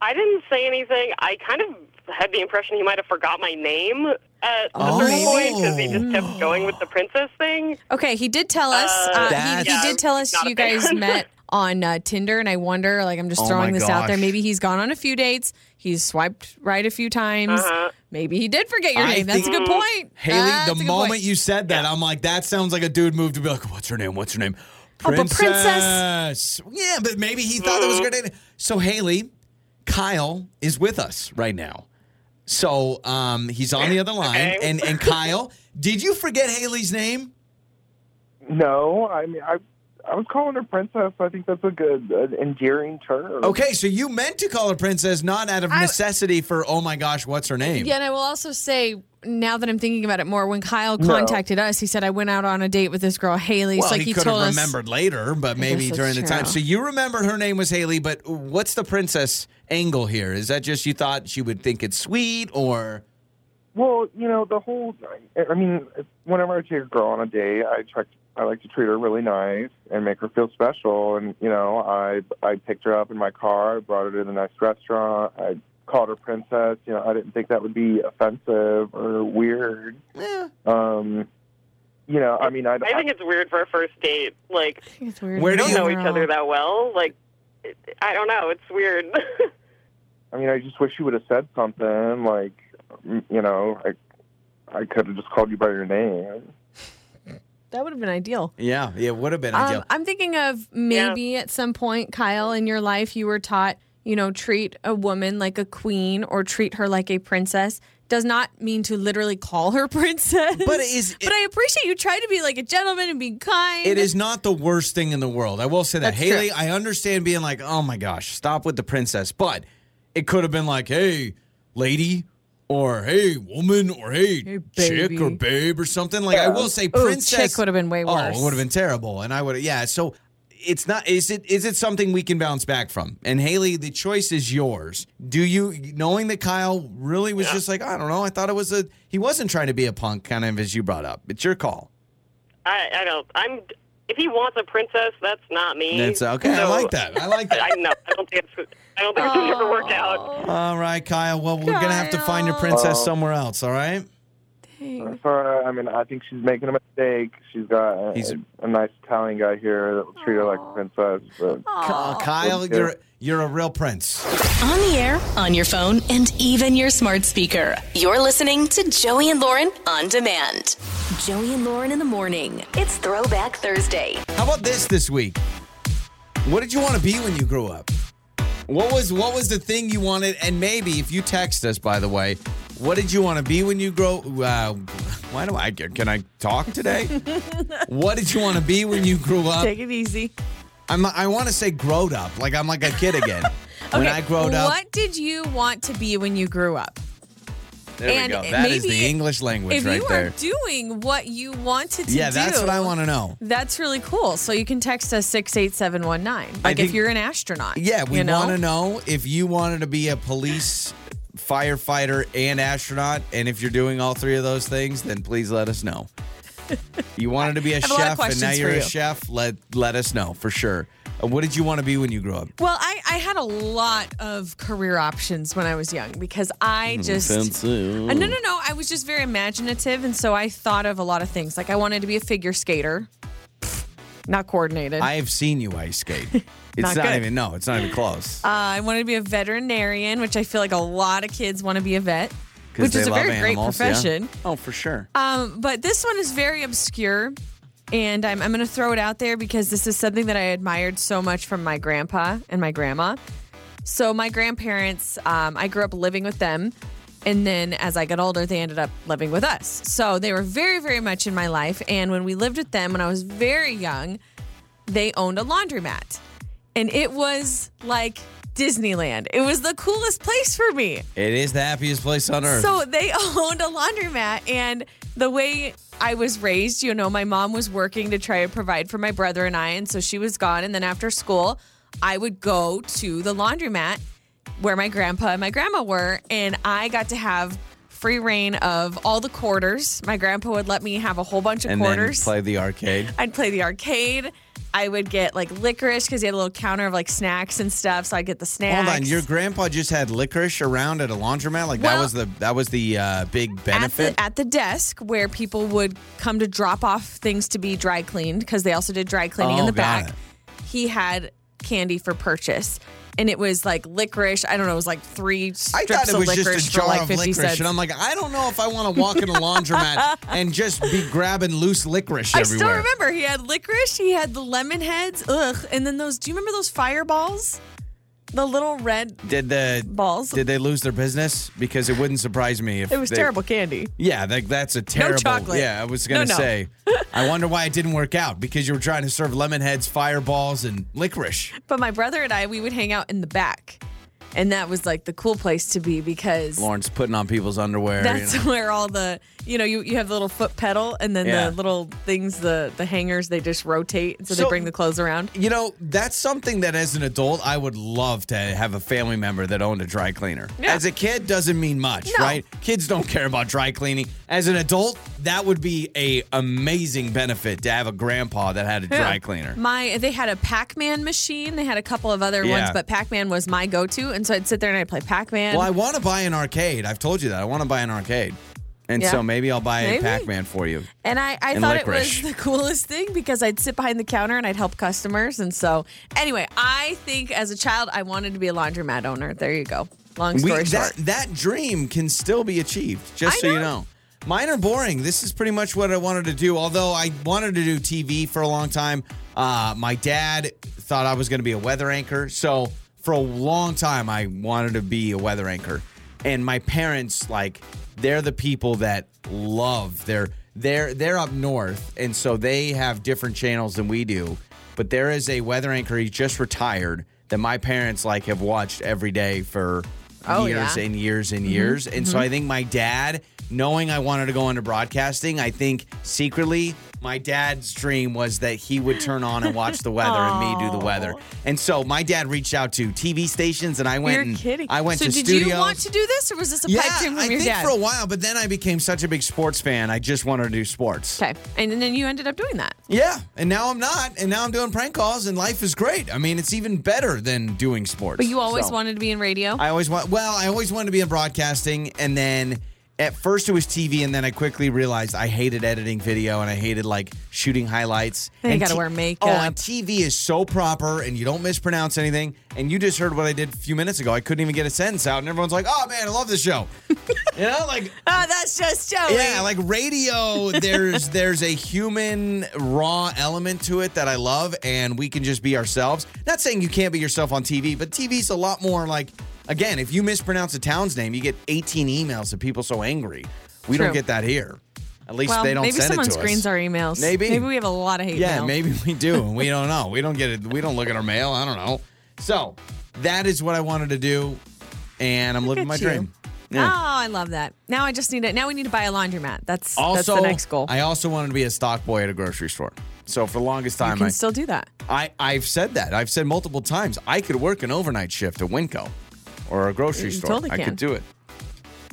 H: I didn't say anything. I kind of had the impression he might have forgot my name at a
B: Oh.
H: certain point because he just kept going with the princess thing.
C: Okay, he did tell us.
H: Uh,
C: Uh, he, he
B: That's-
C: did tell us
H: Not a
C: you guys
H: fan.
C: met on uh, Tinder, and I wonder. Like, I'm just
B: Oh
C: throwing
B: my
C: this out there.
B: gosh.
C: Maybe he's gone on a few dates. He's swiped right a few times.
H: Uh-huh.
C: Maybe he did forget your
B: I
C: name. That's a
B: think-
C: good point,
B: Haley,
C: That's a
B: the
C: good
B: moment
C: point.
B: you said that, I'm like, that sounds like a dude moved to be like, what's her name? What's her name?
C: Oh, but
B: Princess. Yeah, but maybe he thought that was a good idea. So Haley, Kyle is with us right now. So um, he's on the other line,
H: Okay.
B: and and Kyle, did you forget Haley's name?
G: No, I mean I I was calling her princess. I think that's a good an endearing term.
B: Okay, so you meant to call her princess, not out of
C: I-
B: necessity for oh my gosh, what's her name?
C: Yeah, and I will also say now that I'm thinking about it more, when Kyle contacted us, he said I went out on a date with this girl Haley. It's
B: Well,
C: like
B: he,
C: he,
B: could
C: told
B: have
C: us.
B: remembered later, but maybe
C: that's
B: during the time.
C: true.
B: So you remember her name was Haley, but what's the princess angle here? Is that just you thought she would think it's sweet, or
G: Well, you know the whole. I mean, whenever I take a girl on a date, I try. I like to treat her really nice and make her feel special. And you know, I I picked her up in my car. I brought her to the next restaurant. I called her princess. You know, I didn't think that would be offensive or weird.
B: eh,
G: Um, you know, I mean, I,
H: I think it's weird for a first date. Like,
C: I think it's weird.
B: Where
H: we
B: do
H: don't
B: you-
H: know each other that well. Like, it- I don't know. It's weird.
G: I mean, I just wish you would have said something like, m- you know, I I could have just called you by your name.
C: That would have been ideal.
B: yeah, yeah, would have been
C: Um,
B: ideal.
C: I'm thinking of maybe at some point, Kyle, in your life, you were taught, you know, treat a woman like a queen or treat her like a princess. Does not mean to literally call her princess.
B: But is
C: but I appreciate you trying to be like a gentleman and be kind.
B: it is not the worst thing in the world. I will say that
C: That's
B: Haley, I understand being like, oh my gosh, stop with the princess, but it could have been like, hey, lady. Or hey, woman, or hey, chick,
C: baby.
B: or babe, or something like. I will say,
C: Ooh,
B: princess
C: chick would have been way worse.
B: Oh, it would have been terrible, and I would. Yeah, so it's not. Is it? Is it something we can bounce back from? And Haley, the choice is yours. Do you knowing that Kyle really was just like I don't know. I thought it was a. He wasn't trying to be a punk, kind of as you brought up. It's your call.
H: I, I don't. I'm. If he wants a princess, that's not me.
B: That's okay. I
H: So,
B: like that. I like that.
H: I know. I don't think it's. I don't think it's gonna ever work out.
B: All right, Kyle. Well, we're gonna have to find your
C: Kyle.
B: princess somewhere else. All right.
C: Dang.
G: Sorry, I mean, I think she's making a mistake. She's got a,
B: He's-
G: a nice Italian guy here that will treat her like a princess. But
B: Ka- uh, Kyle,
G: Okay.
B: you're you're a real prince.
A: On the air, on your phone, and even your smart speaker. You're listening to Joey and Lauren on demand. Joey and Lauren in the morning. It's Throwback Thursday.
B: How about this this week? What did you want to be when you grew up? What was what was the thing you wanted? And maybe if you text us, by the way, what did you want to be when you grow? Uh, why do I get? Can I talk today? what did you want to be when you grew up?
C: Take it easy.
B: I'm, I want to say growed up, like I'm like a kid again. When I growed up,
C: What did you want to be when you grew up?
B: there we
C: and
B: go. That is
C: maybe
B: the English language
C: if
B: right
C: you
B: there.
C: are doing what you wanted to
B: yeah,
C: do.
B: that's what I want to know.
C: That's really cool. So you can text us 68719. Like
B: think-
C: if you're an astronaut.
B: Yeah, we
C: you know?
B: want to know if you wanted to be a police firefighter, and astronaut. And if you're doing all three of those things, then please let us know. You wanted to be a
C: have a lot of
B: chef, and now
C: questions for
B: you're a
C: you.
B: chef. Let let us know for sure. Uh, What did you want to be when you grew up?
C: Well, I, I had a lot of career options when I was young because I
B: Mm,
C: just. Uh, no, no, no. I was just very imaginative. And so I thought of a lot of things. Like I wanted to be a figure skater, not coordinated.
B: I have seen you ice skate. It's
C: Not
B: not,
C: good.
B: even no, it's not even close.
C: Uh, I wanted to be a veterinarian, which I feel like a lot of kids want to be a vet,
B: 'Cause
C: which
B: they
C: is a
B: love
C: very great
B: animals, yeah.
C: profession.
B: Oh, for sure.
C: Um, but this one is very obscure, and I'm, I'm going to throw it out there because this is something that I admired so much from my grandpa and my grandma. So, my grandparents, um, I grew up living with them. And then as I got older, they ended up living with us. So, they were very, very much in my life. And when we lived with them when I was very young, they owned a laundromat. And it was like Disneyland, it was the coolest place for me.
B: It is the happiest place on earth.
C: So they owned a laundromat, and the way I was raised, you know, my mom was working to try to provide for my brother and I, and so she was gone. And then after school, I would go to the laundromat where my grandpa and my grandma were, and I got to have free reign of all the quarters. My grandpa would let me have a whole bunch of
B: and
C: quarters.
B: then play the arcade.
C: I'd play the arcade. I would get like licorice because he had a little counter of like snacks and stuff, so I would get the snacks.
B: Hold on, your grandpa just had licorice around at a laundromat. Like that
C: Well-
B: was the that was the uh, big
C: at
B: benefit.
C: the, at the desk where people would come to drop off things to be dry cleaned because they also did dry cleaning
B: Oh,
C: in the
B: got
C: back.
B: it.
C: He had candy for purchase. And it was like licorice. I don't know. It was like three
B: I
C: strips
B: thought it
C: of
B: was
C: licorice
B: just a jar
C: for like
B: of
C: 50
B: licorice,
C: cents.
B: and I'm like, I don't know if I want to walk in a laundromat and just be grabbing loose licorice
C: I
B: everywhere.
C: still remember he had licorice. He had the lemon heads. Ugh. And then those. Do you remember those fireballs? The little red
B: Did the
C: balls.
B: did they lose their business? Because it wouldn't surprise me if
C: it was
B: they-
C: terrible candy.
B: Yeah, that, that's a terrible.
C: chocolate.
B: Yeah, I was gonna
C: No, no.
B: say. I wonder why it didn't work out because you were trying to serve lemon heads, fireballs, and licorice.
C: But my brother and I, we would hang out in the back, and that was like the cool place to be because
B: Lawrence putting on people's underwear. you
C: That's
B: know.
C: where all the you know you, you have the little foot pedal and then
B: Yeah.
C: the little things the the hangers they just rotate so,
B: So-
C: they bring the clothes around.
B: You know, that's something that as an adult, I would love to have a family member that owned a dry cleaner.
C: Yeah.
B: As a kid, doesn't mean much,
C: No.
B: right? Kids don't care about dry cleaning. As an adult, that would be a amazing benefit to have a grandpa that had a dry cleaner.
C: My they had a Pac Man machine. They had a couple of other
B: Yeah.
C: ones, but Pac Man was my go to, and so I'd sit there and I'd play Pac Man.
B: Well, I want to buy an arcade. I've told you that. I want to buy an arcade. And
C: Yeah.
B: so maybe I'll buy a
C: Maybe.
B: Pac Man for you.
C: and I, I
B: and
C: thought
B: licorice.
C: it was the coolest thing because I'd sit behind the counter and I'd help customers. And so anyway, I think as a child I wanted to be a laundromat owner. There you go. Long
B: We,
C: story
B: that,
C: short.
B: that dream can still be achieved, just
C: I
B: so you
C: know.
B: know. Mine are boring. This is pretty much what I wanted to do. Although I wanted to do TV for a long time, uh, my dad thought I was going to be a weather anchor. So for a long time, I wanted to be a weather anchor. And my parents, like, they're the people that love their they're they're up north, and so they have different channels than we do. But there is a weather anchor. He's just retired. That my parents like have watched every day for
C: Oh,
B: years
C: yeah.
B: and years
C: Mm-hmm.
B: and years. And so I think my dad, knowing I wanted to go into broadcasting, I think secretly my dad's dream was that he would turn on and watch the weather and me do the weather. And so my dad reached out to TV stations and I went
C: You're
B: and
C: kidding.
B: I went
C: so
B: to
C: did
B: studios.
C: you want to do this, or was this a
B: yeah,
C: pipe dream from
B: I
C: your
B: think
C: dad?
B: for a while, but then I became such a big sports fan. I just wanted to do sports.
C: Okay. And then you ended up doing that.
B: Yeah, and now I'm not, and now I'm doing prank calls, and life is great. I mean, it's even better than doing sports.
C: But you always
B: So-
C: wanted to be in radio?
B: I always want. Well, I always wanted to be in broadcasting, and then at first it was TV, and then I quickly realized I hated editing video, and I hated like shooting highlights.
C: And you
B: And
C: gotta wear
B: Oh, and
C: makeup.
B: TV is so proper, and you don't mispronounce anything. And you just heard what I did a few minutes ago. I couldn't even get a sentence out, and everyone's like, "Oh man, I love this show." you know, like
C: oh, that's just Joey.
B: yeah, like radio, there's there's a human raw element to it that I love, and we can just be ourselves. Not saying you can't be yourself on TV, but TV's a lot more like again, if you mispronounce a town's name, you get 18 emails of people so angry. We don't
C: True.
B: get that here. At least
C: well,
B: they don't
C: maybe
B: send
C: someone
B: it to
C: screens
B: us.
C: our emails.
B: Maybe.
C: Maybe we have a lot of hate
B: Yeah,
C: mail.
B: maybe we do, and we don't know. We don't get it. We don't look at our mail. I don't know. So that is what I wanted to do, and I'm living
C: at
B: my
C: you.
B: dream.
C: Oh,
B: Yeah.
C: I love that. Now I just need it. Now we need to buy a laundromat. That's that's
B: Also,
C: the next goal.
B: I also wanted to be a stock boy at a grocery store. So for the longest
C: you
B: time,
C: can
B: I,
C: still do that.
B: I I've said that. I've said multiple times I could work an overnight shift at Winco or a grocery
C: You
B: store.
C: totally
B: I
C: can.
B: could do it.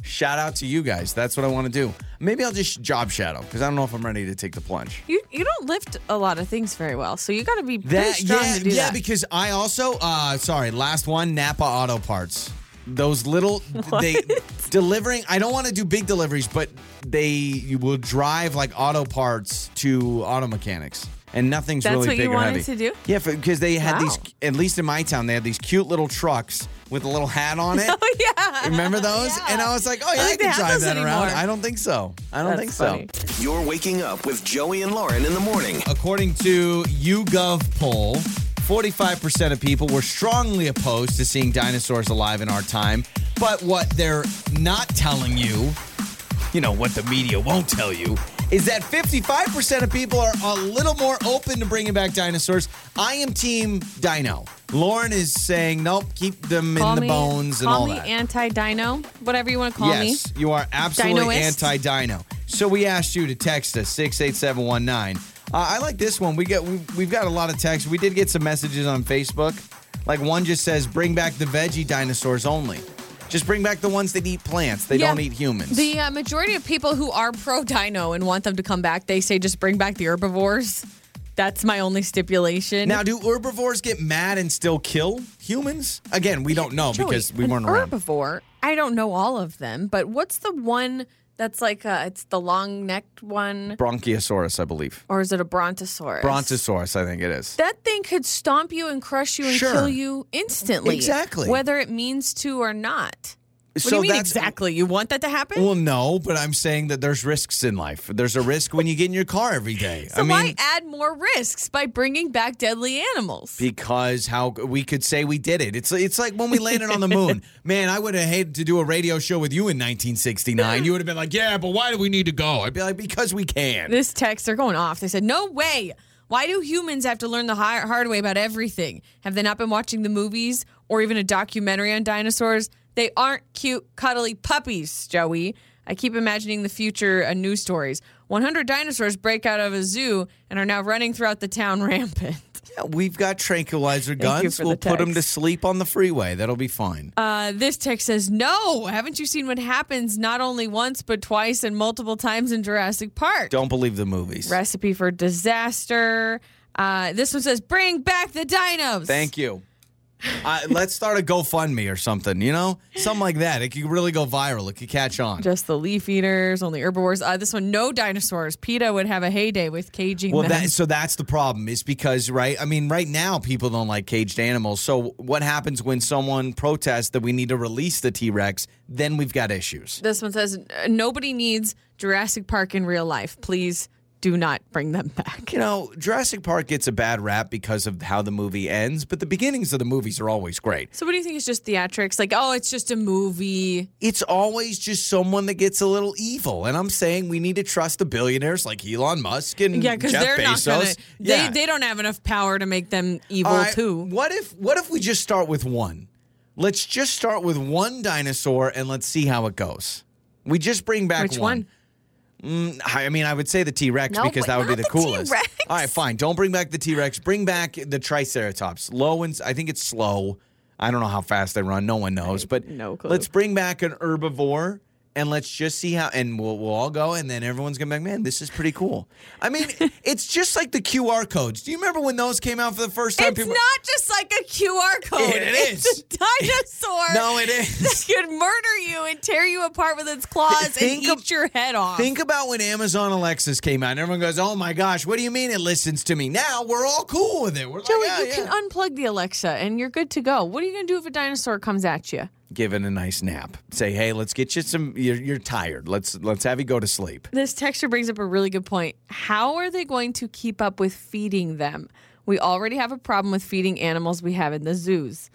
B: Shout out to you guys. That's what I want to do. Maybe I'll just job shadow because I don't know if I'm ready to take the plunge.
C: You you don't lift a lot of things very well, so you got to be pretty
B: That
C: strong
B: yeah
C: to do
B: yeah
C: that.
B: because I also uh sorry last one Napa Auto Parts those little they delivering I don't want to do big deliveries but they you will drive like auto parts to auto mechanics and nothing's
C: That's
B: really
C: what
B: big
C: you
B: or
C: wanted
B: heavy.
C: to do?
B: yeah because they had
C: Wow.
B: these at least in my town they had these cute little trucks with a little hat on it
C: oh yeah.
B: remember those and I was like oh yeah I,
C: think they
B: can
C: have
B: drive
C: those
B: that around
C: anymore.
B: I don't think so I don't
C: That's
B: think so
C: funny.
D: You're waking up with Joey and Lauren in the morning.
B: According to YouGov poll, 45% of people were strongly opposed to seeing dinosaurs alive in our time. But what they're not telling you, you know, what the media won't tell you, is that 55% of people are a little more open to bringing back dinosaurs. I am team dino. Lauren is saying, nope, keep them
C: Call
B: in the
C: me-
B: bones and
C: call
B: all
C: me
B: that.
C: anti-dino, whatever you want to call me.
B: yes, you are absolutely
C: Dinoist.
B: anti dino. So we asked you to text us six eight seven one nine. Uh, I like this one. We got we, we've got a lot of texts. We did get some messages on Facebook. Like one just says, "Bring back the veggie dinosaurs only. Just bring back the ones that eat plants. They
C: Yeah.
B: don't eat humans."
C: The uh, majority of people who are pro dino and want them to come back, they say just bring back the herbivores. That's my only stipulation.
B: now, do herbivores get mad and still kill humans? Again, we don't know
C: Joey,
B: because we
C: an
B: weren't around.
C: herbivore. I don't know all of them, but what's the one that's like uh it's the long necked one,
B: Bronchiosaurus, I believe.
C: or is it a brontosaurus?
B: Brontosaurus, I think it is.
C: That thing could stomp you and crush you and
B: Sure.
C: kill you instantly.
B: Exactly.
C: Whether it means to or not. What
B: So
C: do you mean
B: that's-
C: exactly? You want that to happen?
B: Well, no, but I'm saying that there's risks in life. There's a risk when you get in your car every day.
C: so
B: I mean,
C: why add more risks by bringing back deadly animals?
B: because how we could say we did it. It's it's like when we landed on the moon. Man, I would have hated to do a radio show with you in 1969. You would have been like, "Yeah, but why do we need to go?" I'd be like, "Because we can."
C: this text, they're going off. They said, No way. Why do humans have to learn the hi- hard way about everything? Have they not been watching the movies or even a documentary on dinosaurs? They aren't cute, cuddly puppies, Joey. I keep imagining the future uh, news stories. 100 dinosaurs break out of a zoo and are now running throughout the town rampant.
B: Yeah, we've got tranquilizer
C: you
B: guns.
C: for
B: We'll
C: the
B: put them to
C: text.
B: sleep on the freeway. That'll be fine.
C: Uh, this text says, No, haven't you seen what happens not only once, but twice and multiple times in Jurassic Park?
B: Don't believe the movies.
C: Recipe for disaster. Uh, this one says, Bring back the dinos.
B: Thank you. Uh, let's start a GoFundMe or something, you know? Something like that. It could really go viral. It could catch on.
C: Just the leaf eaters, only herbivores. Uh, this one, no dinosaurs. PETA would have a heyday with caging
B: Well,
C: them.
B: that, so that's the problem is because right. I mean, right now people don't like caged animals. So what happens when someone protests that we need to release the T Rex? Then we've got issues.
C: this one says, "Uh, Nobody needs Jurassic Park in real life. Please do not bring them back.
B: You know, Jurassic Park gets a bad rap because of how the movie ends, but the beginnings of the movies are always great.
C: So, what do you think is just theatrics? Like, oh, it's just a movie.
B: It's always just someone that gets a little evil, and I'm saying we need to trust the billionaires like Elon Musk and
C: Yeah, because
B: Mm, Jeff
C: they're not
B: Bezos.
C: gonna.
B: Yeah.
C: They they don't have enough power to make them evil
B: All right,
C: too.
B: What if what if we just start with one? Let's just start with one dinosaur and let's see how it goes. We just bring back
C: Which one?
B: I I mean, I would say the T Rex
F: No,
B: because
F: but
B: that would be
F: not
B: the,
F: the
B: coolest.
F: T-Rex.
B: All right, fine. Don't bring back the T Rex. Bring back the Triceratops. Low and I think it's slow. I don't know how fast they run. No one knows. But
C: no clue.
B: let's bring back an herbivore and let's just see how. And we'll, we'll all go, and then everyone's gonna be like, "Man, this is pretty cool." I mean, it's just like the QR codes. Do you remember when those came out for the first time?
C: It's not just like a QR code.
B: It
C: It's
B: is.
C: a dinosaur.
B: No, it is.
C: That could murder you and tear you apart with its claws and
B: Think
C: eat
B: of-
C: your head off.
B: Think about when Amazon Alexis came out, and everyone goes, "Oh my gosh, what do you mean it listens to me?" Now we're all cool with it. We're
C: Joey,
B: like, Oh, yeah,
C: you
B: yeah.
C: can unplug the Alexa and you're good to go. What are you going to do if a dinosaur comes at you?
B: give it a nice nap. Say, "Hey, let's get you some. You're, you're tired. Let's let's have you go to sleep."
C: This texture brings up a really good point. How are they going to keep up with feeding them? We already have a problem with feeding animals we have in the zoos.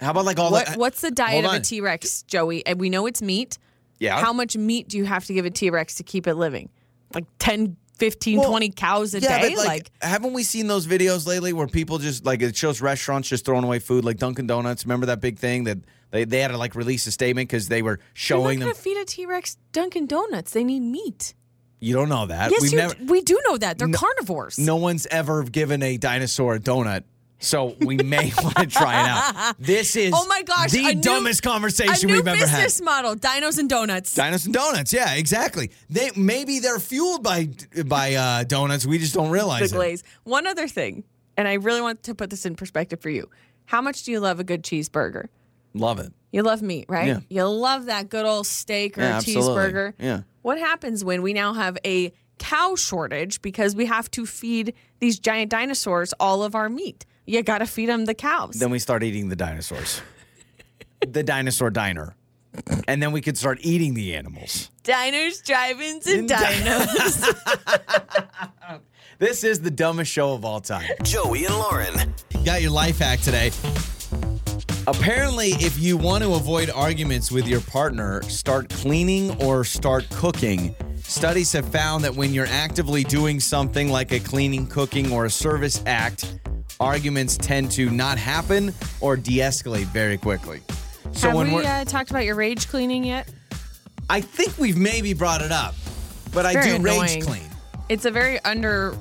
B: How about like all uh,
C: What,
B: that?
C: what's the diet
B: Hold
C: of a
B: on.
C: T Rex, Joey? And we know it's meat.
B: Yeah.
C: How much meat do you have to give a T Rex to keep it living? Like 10, 15,
B: Well,
C: 20 cows a
B: yeah,
C: day?
B: but like, haven't we seen those videos lately where people just like it shows restaurants just throwing away food, like Dunkin' Donuts? Remember that big thing that they, they had to like release a statement because they were
C: you're not
B: showing them.
C: going to feed a T Rex Dunkin' Donuts. They need meat.
B: You don't know that.
C: Yes,
B: Uh, We've
C: you,
B: never.
C: we do know that. They're carnivores.
B: No one's ever given a dinosaur a donut. So we may want to try it out. This is
C: Oh my gosh,
B: the
C: a new-
B: dumbest
C: A
B: conversation
C: new
B: we've ever had.
C: business model: dinos and donuts.
B: Dinos and donuts, yeah, exactly. They maybe they're fueled by by uh, donuts. We just don't
C: the
B: realize it.
C: glaze. One other thing, and I really want to put this in perspective for you. How much do you love a good cheeseburger?
B: Love it.
C: You love meat, right?
B: Yeah.
C: You love that good old steak or
B: Yeah,
C: a
B: absolutely.
C: cheeseburger.
B: Yeah.
C: What happens when we now have a cow shortage because we have to feed these giant dinosaurs all of our meat? You got to feed them the cows.
B: Then we start eating the dinosaurs. the dinosaur diner. And then we could start eating the animals.
C: Diners, drive-ins, and dinos.
B: This is the dumbest show of all time.
D: Joey and Lauren.
B: Got your life hack today. Apparently, if you want to avoid arguments with your partner, start cleaning or start cooking. Studies have found that when you're actively doing something like a cleaning, cooking, or a service act, arguments tend to not happen or de escalate very quickly. So
C: have
B: when
C: we
B: we're-
C: uh, talked about your rage cleaning yet?
B: I think we've maybe brought it up, but I
C: Very
B: do
C: annoying.
B: rage clean.
C: It's a very under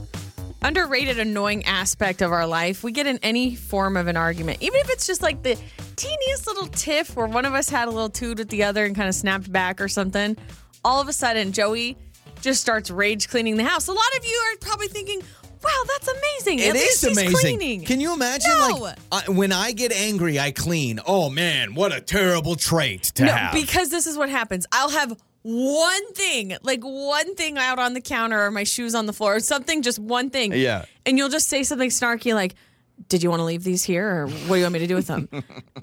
C: underrated annoying aspect of our life. We get in any form of an argument. Even if it's just like the teeniest little tiff where one of us had a little toot at the other and kind of snapped back or something, all of a sudden Joey just starts rage cleaning the house. A lot of you are probably thinking, "Wow, that's amazing." At
B: It
C: least
B: is
C: she's
B: amazing.
C: Cleaning.
B: Can you imagine?
C: No.
B: Like I, when I get angry, I clean. Oh man, what a terrible trait to
C: No,
B: have.
C: because this is what happens. I'll have one thing, like one thing out on the counter or my shoes on the floor or something, just one thing.
B: Yeah.
C: And you'll just say something snarky like, Did you want to leave these here or what do you want me to do with them?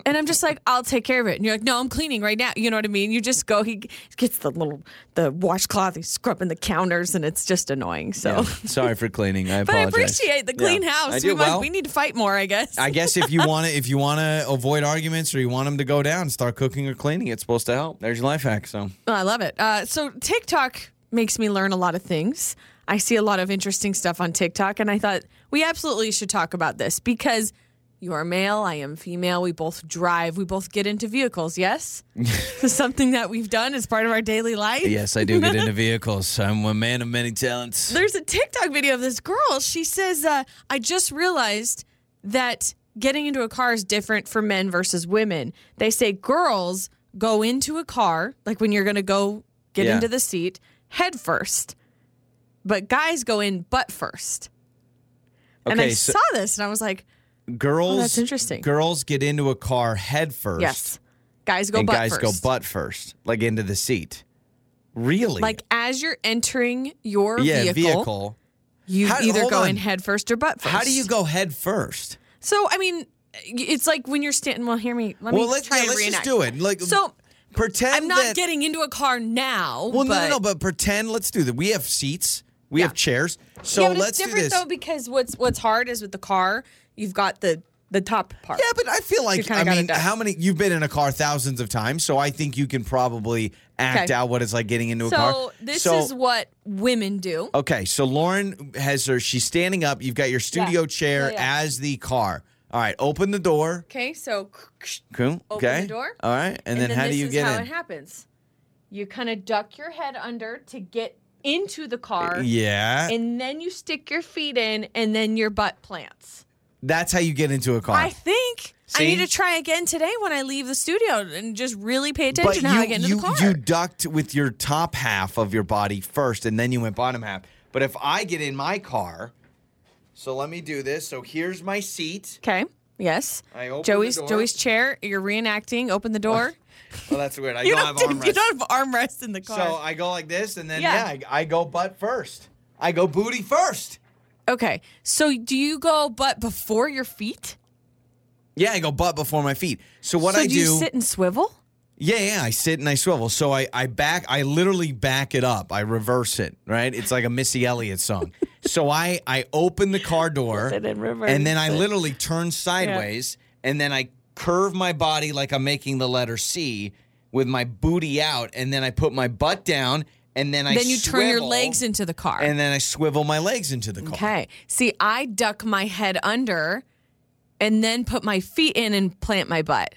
C: and I'm just like, I'll take care of it. And you're like, No, I'm cleaning right now. You know what I mean? You just go, he g- gets the little the washcloth, he's scrubbing the counters and it's just annoying. So
B: Yeah. Oh, Sorry for cleaning. I
C: But I
B: apologize.
C: appreciate the clean
B: Yeah.
C: house.
B: I
C: we,
B: do.
C: might-
B: Well,
C: we need to fight more, I guess.
B: I guess if you want to, if you want to avoid arguments or you want them to go down, start cooking or cleaning. It's supposed to help. There's your life hack. So
C: Well, I love it. Uh, so TikTok makes me learn a lot of things. I see a lot of interesting stuff on TikTok, and I thought we absolutely should talk about this because you are male, I am female. We both drive, we both get into vehicles. Yes, something that we've done as part of our daily life.
B: yes, I do get into vehicles. I'm a man of many talents.
C: There's a TikTok video of this girl. She says, uh, I just realized that getting into a car is different for men versus women. They say girls go into a car, like when you're going to go get
B: Yeah.
C: into the seat, head first, but guys go in butt first. and I
B: Okay, so-
C: saw this and I was like,
B: Girls,
C: that's interesting.
B: Girls get into a car head first.
C: yes, guys go
B: and
C: butt
B: guys
C: first.
B: go butt first, like into the seat. Really?
C: Like as you're entering your
B: yeah,
C: vehicle,
B: vehicle.
C: you
B: How-
C: either
B: hold
C: go
B: on.
C: in head first or butt first.
B: How do you go head first?
C: So I mean, it's like when you're standing. Well, hear me. Let
B: well,
C: me
B: let's
C: try
B: yeah,
C: and
B: let's just
C: reenact.
B: do it. Like
C: So
B: pretend
C: I'm not
B: that,
C: getting into a car now.
B: Well, no,
C: but,
B: no, no, but pretend. Let's do that. We have seats. We have chairs. So
C: yeah, but
B: let's
C: it's
B: do
C: different
B: this.
C: though because what's what's hard is with the car, you've got the the top part.
B: yeah, but I feel like
C: kinda
B: I
C: gotta
B: mean,
C: duck.
B: how many? You've been in a car thousands of times, so I think you can probably act
C: Okay.
B: out what it's like getting into a car.
C: so this
B: So- Oh.
C: is what women do.
B: Okay, so Lauren has her. She's standing up. You've got your studio chair
C: Yeah, yeah.
B: as the car. All right, open the door.
C: Okay, so
B: Cool.
C: Open
B: Okay.
C: the door.
B: All right, and, then, how
C: this
B: do you
C: is
B: get
C: how
B: in?
C: it happens. You kind of duck your head under to get into the car,
B: yeah,
C: and then you stick your feet in, and then your butt plants.
B: that's how you get into a car.
C: I think I
B: See?
C: need to try again today when I leave the studio and just really pay attention
B: but
C: to
B: you,
C: how I get into
B: you,
C: the car.
B: you ducked with your top half of your body first, and then you went bottom half. But if I get in my car, so let me do this. So here's my seat.
C: okay. Yes.
B: I open the
C: Joey's
B: door.
C: Joey's chair. You're reenacting. Open the door.
B: Well, Oh, that's weird. I
C: you,
B: don't
C: don't
B: have
C: do, you
B: armrest.
C: don't have armrest in the car.
B: So I go like this, and then
C: Yeah.
B: yeah, I, I go butt first. I go booty first.
C: okay. So do you go butt before your feet?
B: Yeah, I go butt before my feet. So what
C: so
B: I do,
C: you sit and swivel?
B: yeah, yeah, I sit and I swivel. So I, I back, I literally back it up. I reverse it, right? It's like a Missy Elliott song. so I, I open the car door,
C: Sit and reverse
B: and then I
C: it.
B: literally turn sideways, and then I curve my body like I'm making the letter C with my booty out, and then I put my butt down, and then I
C: then you turn your
B: swivel,
C: legs into the car.
B: and then I swivel my legs into the car.
C: okay. See, I duck my head under and then put my feet in and plant my butt.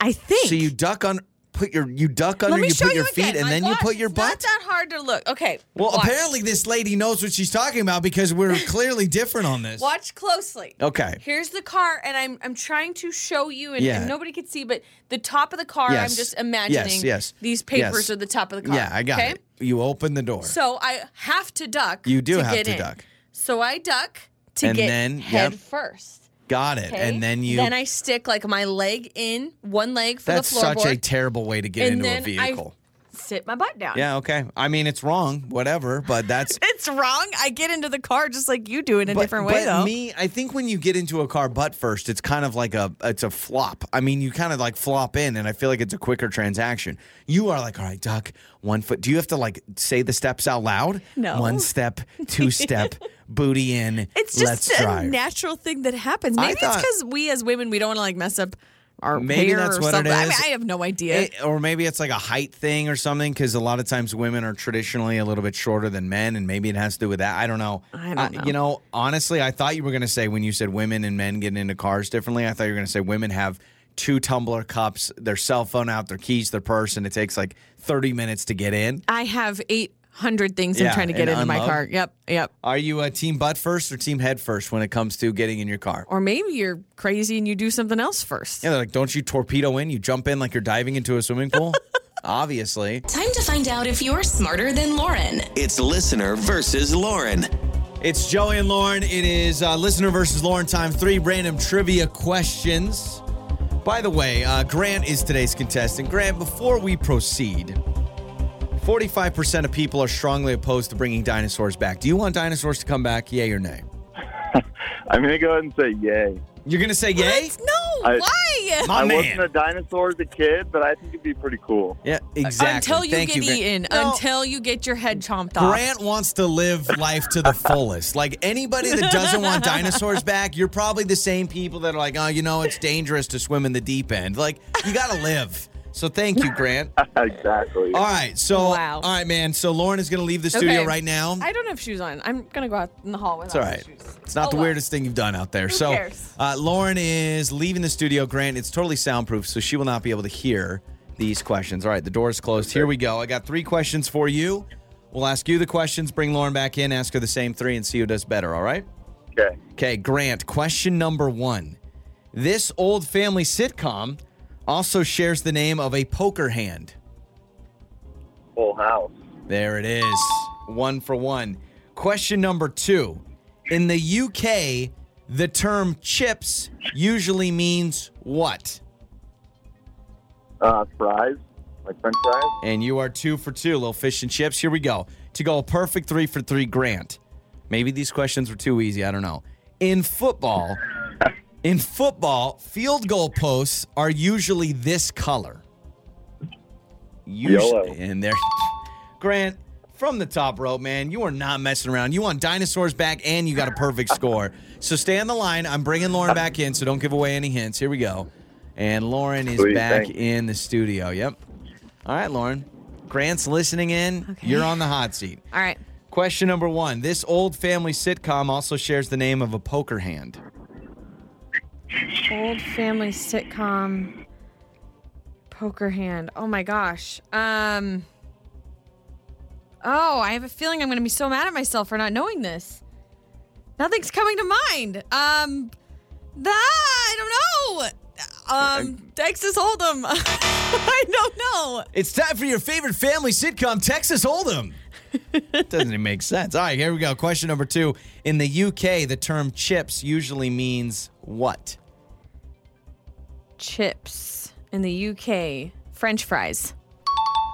C: I think.
B: So you duck on. put your you duck under,
C: Let me
B: you
C: show
B: put
C: you
B: your feet,
C: again.
B: and
C: My
B: then
C: gosh,
B: you put your
C: it's
B: butt.
C: Not that hard to look. Okay.
B: well,
C: watch.
B: apparently this lady knows what she's talking about because we're clearly different on this.
C: Watch closely.
B: Okay.
C: Here's the car, and I'm I'm trying to show you, and,
B: Yeah.
C: and nobody could see, but the top of the car.
B: Yes.
C: I'm just imagining.
B: Yes, yes,
C: These papers
B: yes.
C: are the top of the car.
B: Yeah, I got
C: okay?
B: it. You open the door.
C: So I have to duck.
B: You do
C: to
B: have
C: get
B: to
C: in.
B: duck.
C: So I duck to
B: And
C: get
B: then-
C: head
B: yep.
C: first.
B: got it.
C: okay?
B: And then you.
C: Then I stick like my leg in one leg for
B: that's
C: the floorboard.
B: such a terrible way to get into
C: and then
B: a
C: I-
B: vehicle.
C: sit my butt down.
B: yeah. Okay. I mean, it's wrong. Whatever. But that's
C: It's wrong. I get into the car just like you do in a different
B: but
C: way, though.
B: me, I think when you get into a car butt first, it's kind of like a it's a flop. I mean, you kind of like flop in, and I feel like it's a quicker transaction. You are like, all right, duck, one foot. Do you have to like say the steps out loud?
C: No.
B: One step, two step, booty in.
C: It's just
B: let's
C: a
B: drive.
C: natural thing that happens.
B: I
C: Maybe it's
B: thought-
C: because we as women we don't want to like mess up our
B: Maybe
C: hair
B: that's
C: or
B: what it
C: something. I,
B: is.
C: mean, I have no idea.
B: It- or maybe it's like a height thing or something because a lot of times women are traditionally a little bit shorter than men, and maybe it has to do with that. I don't know.
C: I don't
B: Uh,
C: know.
B: you know, honestly, I thought you were going to say when you said women and men getting into cars differently, I thought you were going to say women have two tumbler cups, their cell phone out, their keys, their purse, and it takes like 30 minutes to get in.
C: I have eight hundred things
B: Yeah,
C: I'm trying to get
B: and
C: into my
B: unload.
C: car. Yep, yep.
B: Are you a team butt first or team head first when it comes to getting in your car?
C: Or maybe you're crazy and you do something else first.
B: Yeah, they're like, don't you torpedo in? You jump in like you're diving into a swimming pool? Obviously.
A: Time to find out if you're smarter than Lauren.
D: It's listener versus Lauren.
B: It's Joey and Lauren. It is uh, listener versus Lauren time. Three random trivia questions. By the way, uh, Grant is today's contestant. Grant, before we proceed, 45% of people are strongly opposed to bringing dinosaurs back. Do you want dinosaurs to come back? Yay or nay?
G: I'm going to go ahead and say yay.
B: You're going to say yay?
C: No,
G: I-
C: why?
B: My
G: I
B: man.
G: wasn't a dinosaur as a kid, but I think it'd be pretty cool.
B: yeah, exactly.
C: Until you
B: Thank
C: get
B: Grant.
C: eaten,
B: No,
C: until you get your head chomped off.
B: Grant wants to live life to the fullest. Like anybody that doesn't want dinosaurs back, you're probably the same people that are like, oh, you know, it's dangerous to swim in the deep end. Like, you got to live. So thank you, Grant. All
G: exactly.
B: right. So,
C: Wow.
B: all right, man. So Lauren is going to leave the studio
C: Okay.
B: right now.
C: I don't have shoes on. I'm gonna go out in the hallway.
B: It's all right. It's not the weirdest thing you've done out there. so,
C: cares?
B: Uh, Lauren is leaving the studio. Grant, it's totally soundproof, so she will not be able to hear these questions. All right, the door is closed. Here we go. I got three questions for you. We'll ask you the questions, bring Lauren back in, ask her the same three, and see who does better. All right?
G: Okay.
B: Okay, Grant, question number one. This old family sitcom also shares the name of a poker hand.
G: Full house.
B: There it is. One for one. Question number two. In the UK, the term chips usually means what?
G: Uh, fries, like French fries.
B: And you are two for two, little fish and chips. Here we go. To go a perfect three for three, Grant. Maybe these questions were too easy. I don't know. In football, in football, field goal posts are usually this color.
G: Yellow.
B: And there, Grant, from the top rope, man, you are not messing around. You want dinosaurs back, and you got a perfect score. So stay on the line. I'm bringing Lauren back in, so don't give away any hints. Here we go. And Lauren is
G: Sweet,
B: back
G: thanks.
B: in the studio. Yep. All right, Lauren. Grant's listening in.
C: Okay.
B: You're on the hot seat.
C: All right.
B: Question number one. This old family sitcom also shares the name of a poker hand.
C: Old family sitcom poker hand. Oh my gosh. Um Oh, I have a feeling I'm going to be so mad at myself for not knowing this. Nothing's coming to mind. Um that I don't know. Um Texas Hold'em. I don't know.
B: It's time for your favorite family sitcom, Texas Hold'em. Doesn't it make sense? All right, here we go. Question number two. In the UK, the term chips usually means what?
C: Chips in the UK. French fries.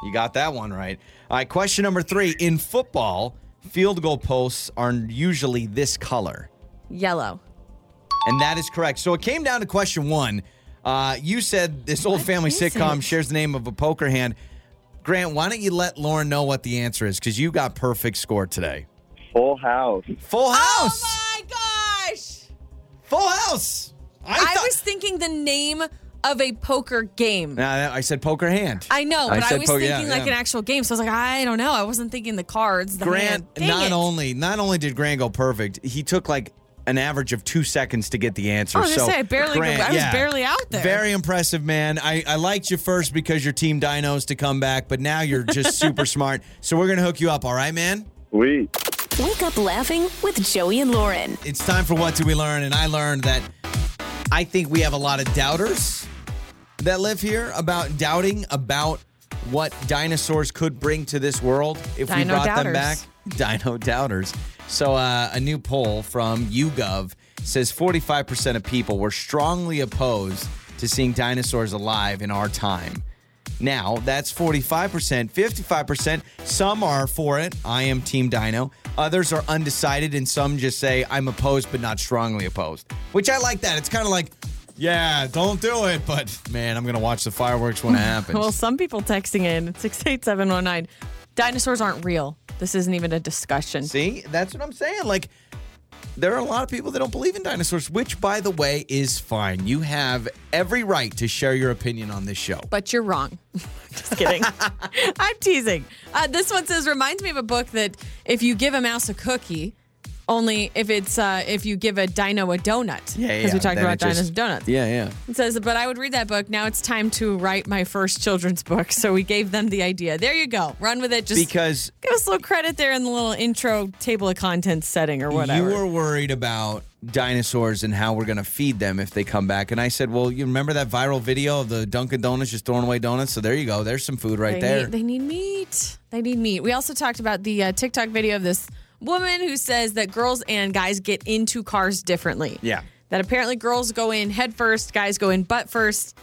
B: You got that one right. All right, question number three. In football, field goal posts are usually this color.
C: Yellow.
B: And that is correct. So it came down to question one. Uh, you said this old family
C: is
B: sitcom
C: it?
B: shares the name of a poker hand. Grant, why don't you let Lauren know what the answer is? Because you got perfect score today.
G: Full house.
B: Full house.
C: Oh my gosh.
B: Full house. I,
C: I,
B: thought-
C: was thinking the name of a poker game.
B: Nah, that- I said poker hand.
C: I know, but I,
B: said
C: was
B: poker- yeah,
C: thinking like
B: yeah.
C: an actual game. So I was like, I don't know. I wasn't thinking the cards. The hand.
B: Grant.
C: Dang
B: Not
C: it.
B: only not only did Grant go perfect, he took like. an average of two seconds to get the answer.
C: Oh, I was
B: so
C: gonna say, I barely-
B: Grant,
C: I was
B: yeah.
C: barely out there.
B: Very impressive, man. I, I liked you first because your team dinos to come back, but now you're just super smart. So we're gonna hook you up, all right, man?
G: Sweet.
A: Wake up laughing with Joey and Lauren.
B: It's time for what do we learn? And I learned that I think we have a lot of doubters that live here about doubting about what dinosaurs could bring to this world if we
C: Dino
B: brought them
C: doubters.
B: back. Dino doubters. So uh, a new poll from YouGov says 45% of people were strongly opposed to seeing dinosaurs alive in our time. Now, that's 45%, 55%. Some are for it. I am Team Dino. Others are undecided, and some just say, I'm opposed, but not strongly opposed, which I like that. It's kind of like, yeah, don't do it, but man, I'm going to watch the fireworks when it happens.
C: Well, some people texting in 68719. Dinosaurs aren't real. This isn't even a discussion.
B: See, that's what I'm saying. Like, there are a lot of people that don't believe in dinosaurs, which, by the way, is fine. You have every right to share your opinion on this show.
C: but you're wrong. Just kidding. I'm teasing. Uh, this one says reminds me of a book that if you give a mouse a cookie, only if it's uh, if you give a dino a donut. Because we talked
B: Then
C: about
B: it just-
C: dinos and donuts.
B: Yeah, yeah.
C: It says, but I would read that book. Now it's time to write my first children's book. So we gave them the idea. There you go. Run with it. Just
B: Because
C: give us a little credit there in the little intro table of contents setting or whatever.
B: You were worried about dinosaurs and how we're going to feed them if they come back. And I said, Well, you remember that viral video of the Dunkin' Donuts just throwing away donuts? So there you go. There's some food right
C: They
B: there.
C: Need, they need meat. They need meat. We also talked about the uh, TikTok video of this woman who says that girls and guys get into cars differently.
B: Yeah.
C: That apparently girls go in head first, guys go in butt first.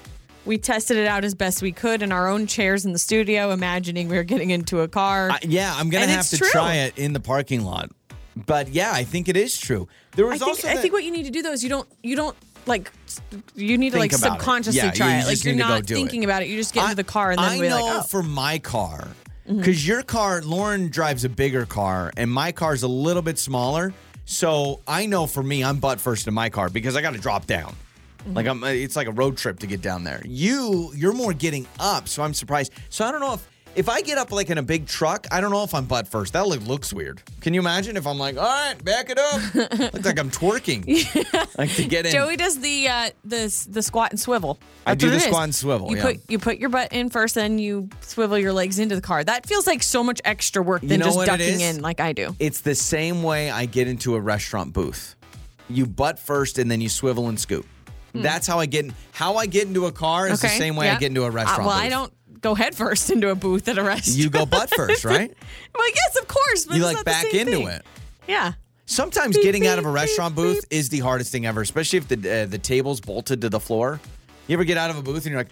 C: We tested it out as best we could in our own chairs in the studio, imagining we were getting into a car.
B: I- yeah, I'm going
C: And
B: to have
C: it's
B: to
C: true.
B: try it in the parking lot. But yeah, I think it is true. There was
C: I think,
B: also
C: I
B: that-
C: think what you need to do though is you don't you don't like s- you need to
B: Think
C: like
B: about it.
C: subconsciously
B: Yeah,
C: try
B: you
C: it. Like
B: just
C: you're
B: need to go
C: not
B: do it.
C: thinking about it. You just get into the car and then
B: I
C: we're
B: know
C: like, oh. Mm-hmm.
B: for my car because your car, Lauren drives a bigger car, and my car's a little bit smaller. So I know for me, I'm butt first in my car because I got to drop down.
C: Mm-hmm.
B: Like I'm, it's like a road trip to get down there. You, you're more getting up, so I'm surprised. So I don't know if if I get up like in a big truck, I don't know if I'm butt first. That look, looks weird. Can you imagine if I'm like, all right, back it up? looks like I'm twerking, like to get in.
C: Joey does the uh, the the squat and swivel.
B: I do
C: what
B: the
C: it is.
B: squat and swivel,
C: You
B: yeah.
C: put you put your butt in first, then you swivel your legs into the car. That feels like so much extra work than
B: know
C: just
B: what it
C: ducking
B: is?
C: in like I do.
B: It's the same way I get into a restaurant booth. You butt first and then you swivel and scoop. That's how I get in, how I get into a car is the same way I
C: Hmm. yeah.
B: get into a
C: Uh,
B: restaurant
C: well,
B: booth.
C: I don't go head first into a booth at a restaurant.
B: You go butt first, right?
C: well, yes, of course. But
B: you
C: it's
B: like
C: not the
B: back
C: same
B: into
C: thing.
B: it.
C: Yeah.
B: Sometimes
C: Beep,
B: getting out of
C: beep,
B: a restaurant
C: beep,
B: booth is the hardest thing ever, especially if the uh, the table's bolted to the floor. You ever get out of a booth and you're like,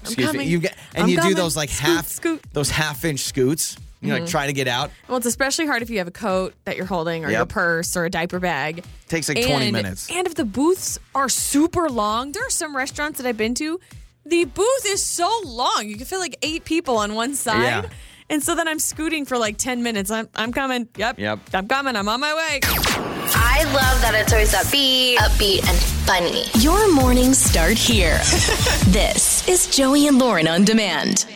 B: "Excuse me,"
C: coming.
B: you get and
C: I'm
B: you do
C: coming.
B: those like
C: Scoot,
B: half
C: scoot. Mm-hmm.
B: those half inch scoots. You like try to get out.
C: Well, it's especially hard if you have a coat that you're holding, or your
B: Yep.
C: purse, or a diaper bag.
B: Takes like 20
C: And-
B: minutes.
C: And if the booths are super long, there are some restaurants that I've been to, the booth is so long. You can fit like eight people on one side.
B: Yeah.
C: And so then I'm scooting for like 10 minutes. I'm, I'm coming. Yep.
B: Yep.
C: I'm coming. I'm on my way.
F: I love that it's always upbeat, upbeat, and funny.
A: Your mornings start here. this is Joey and Lauren on demand.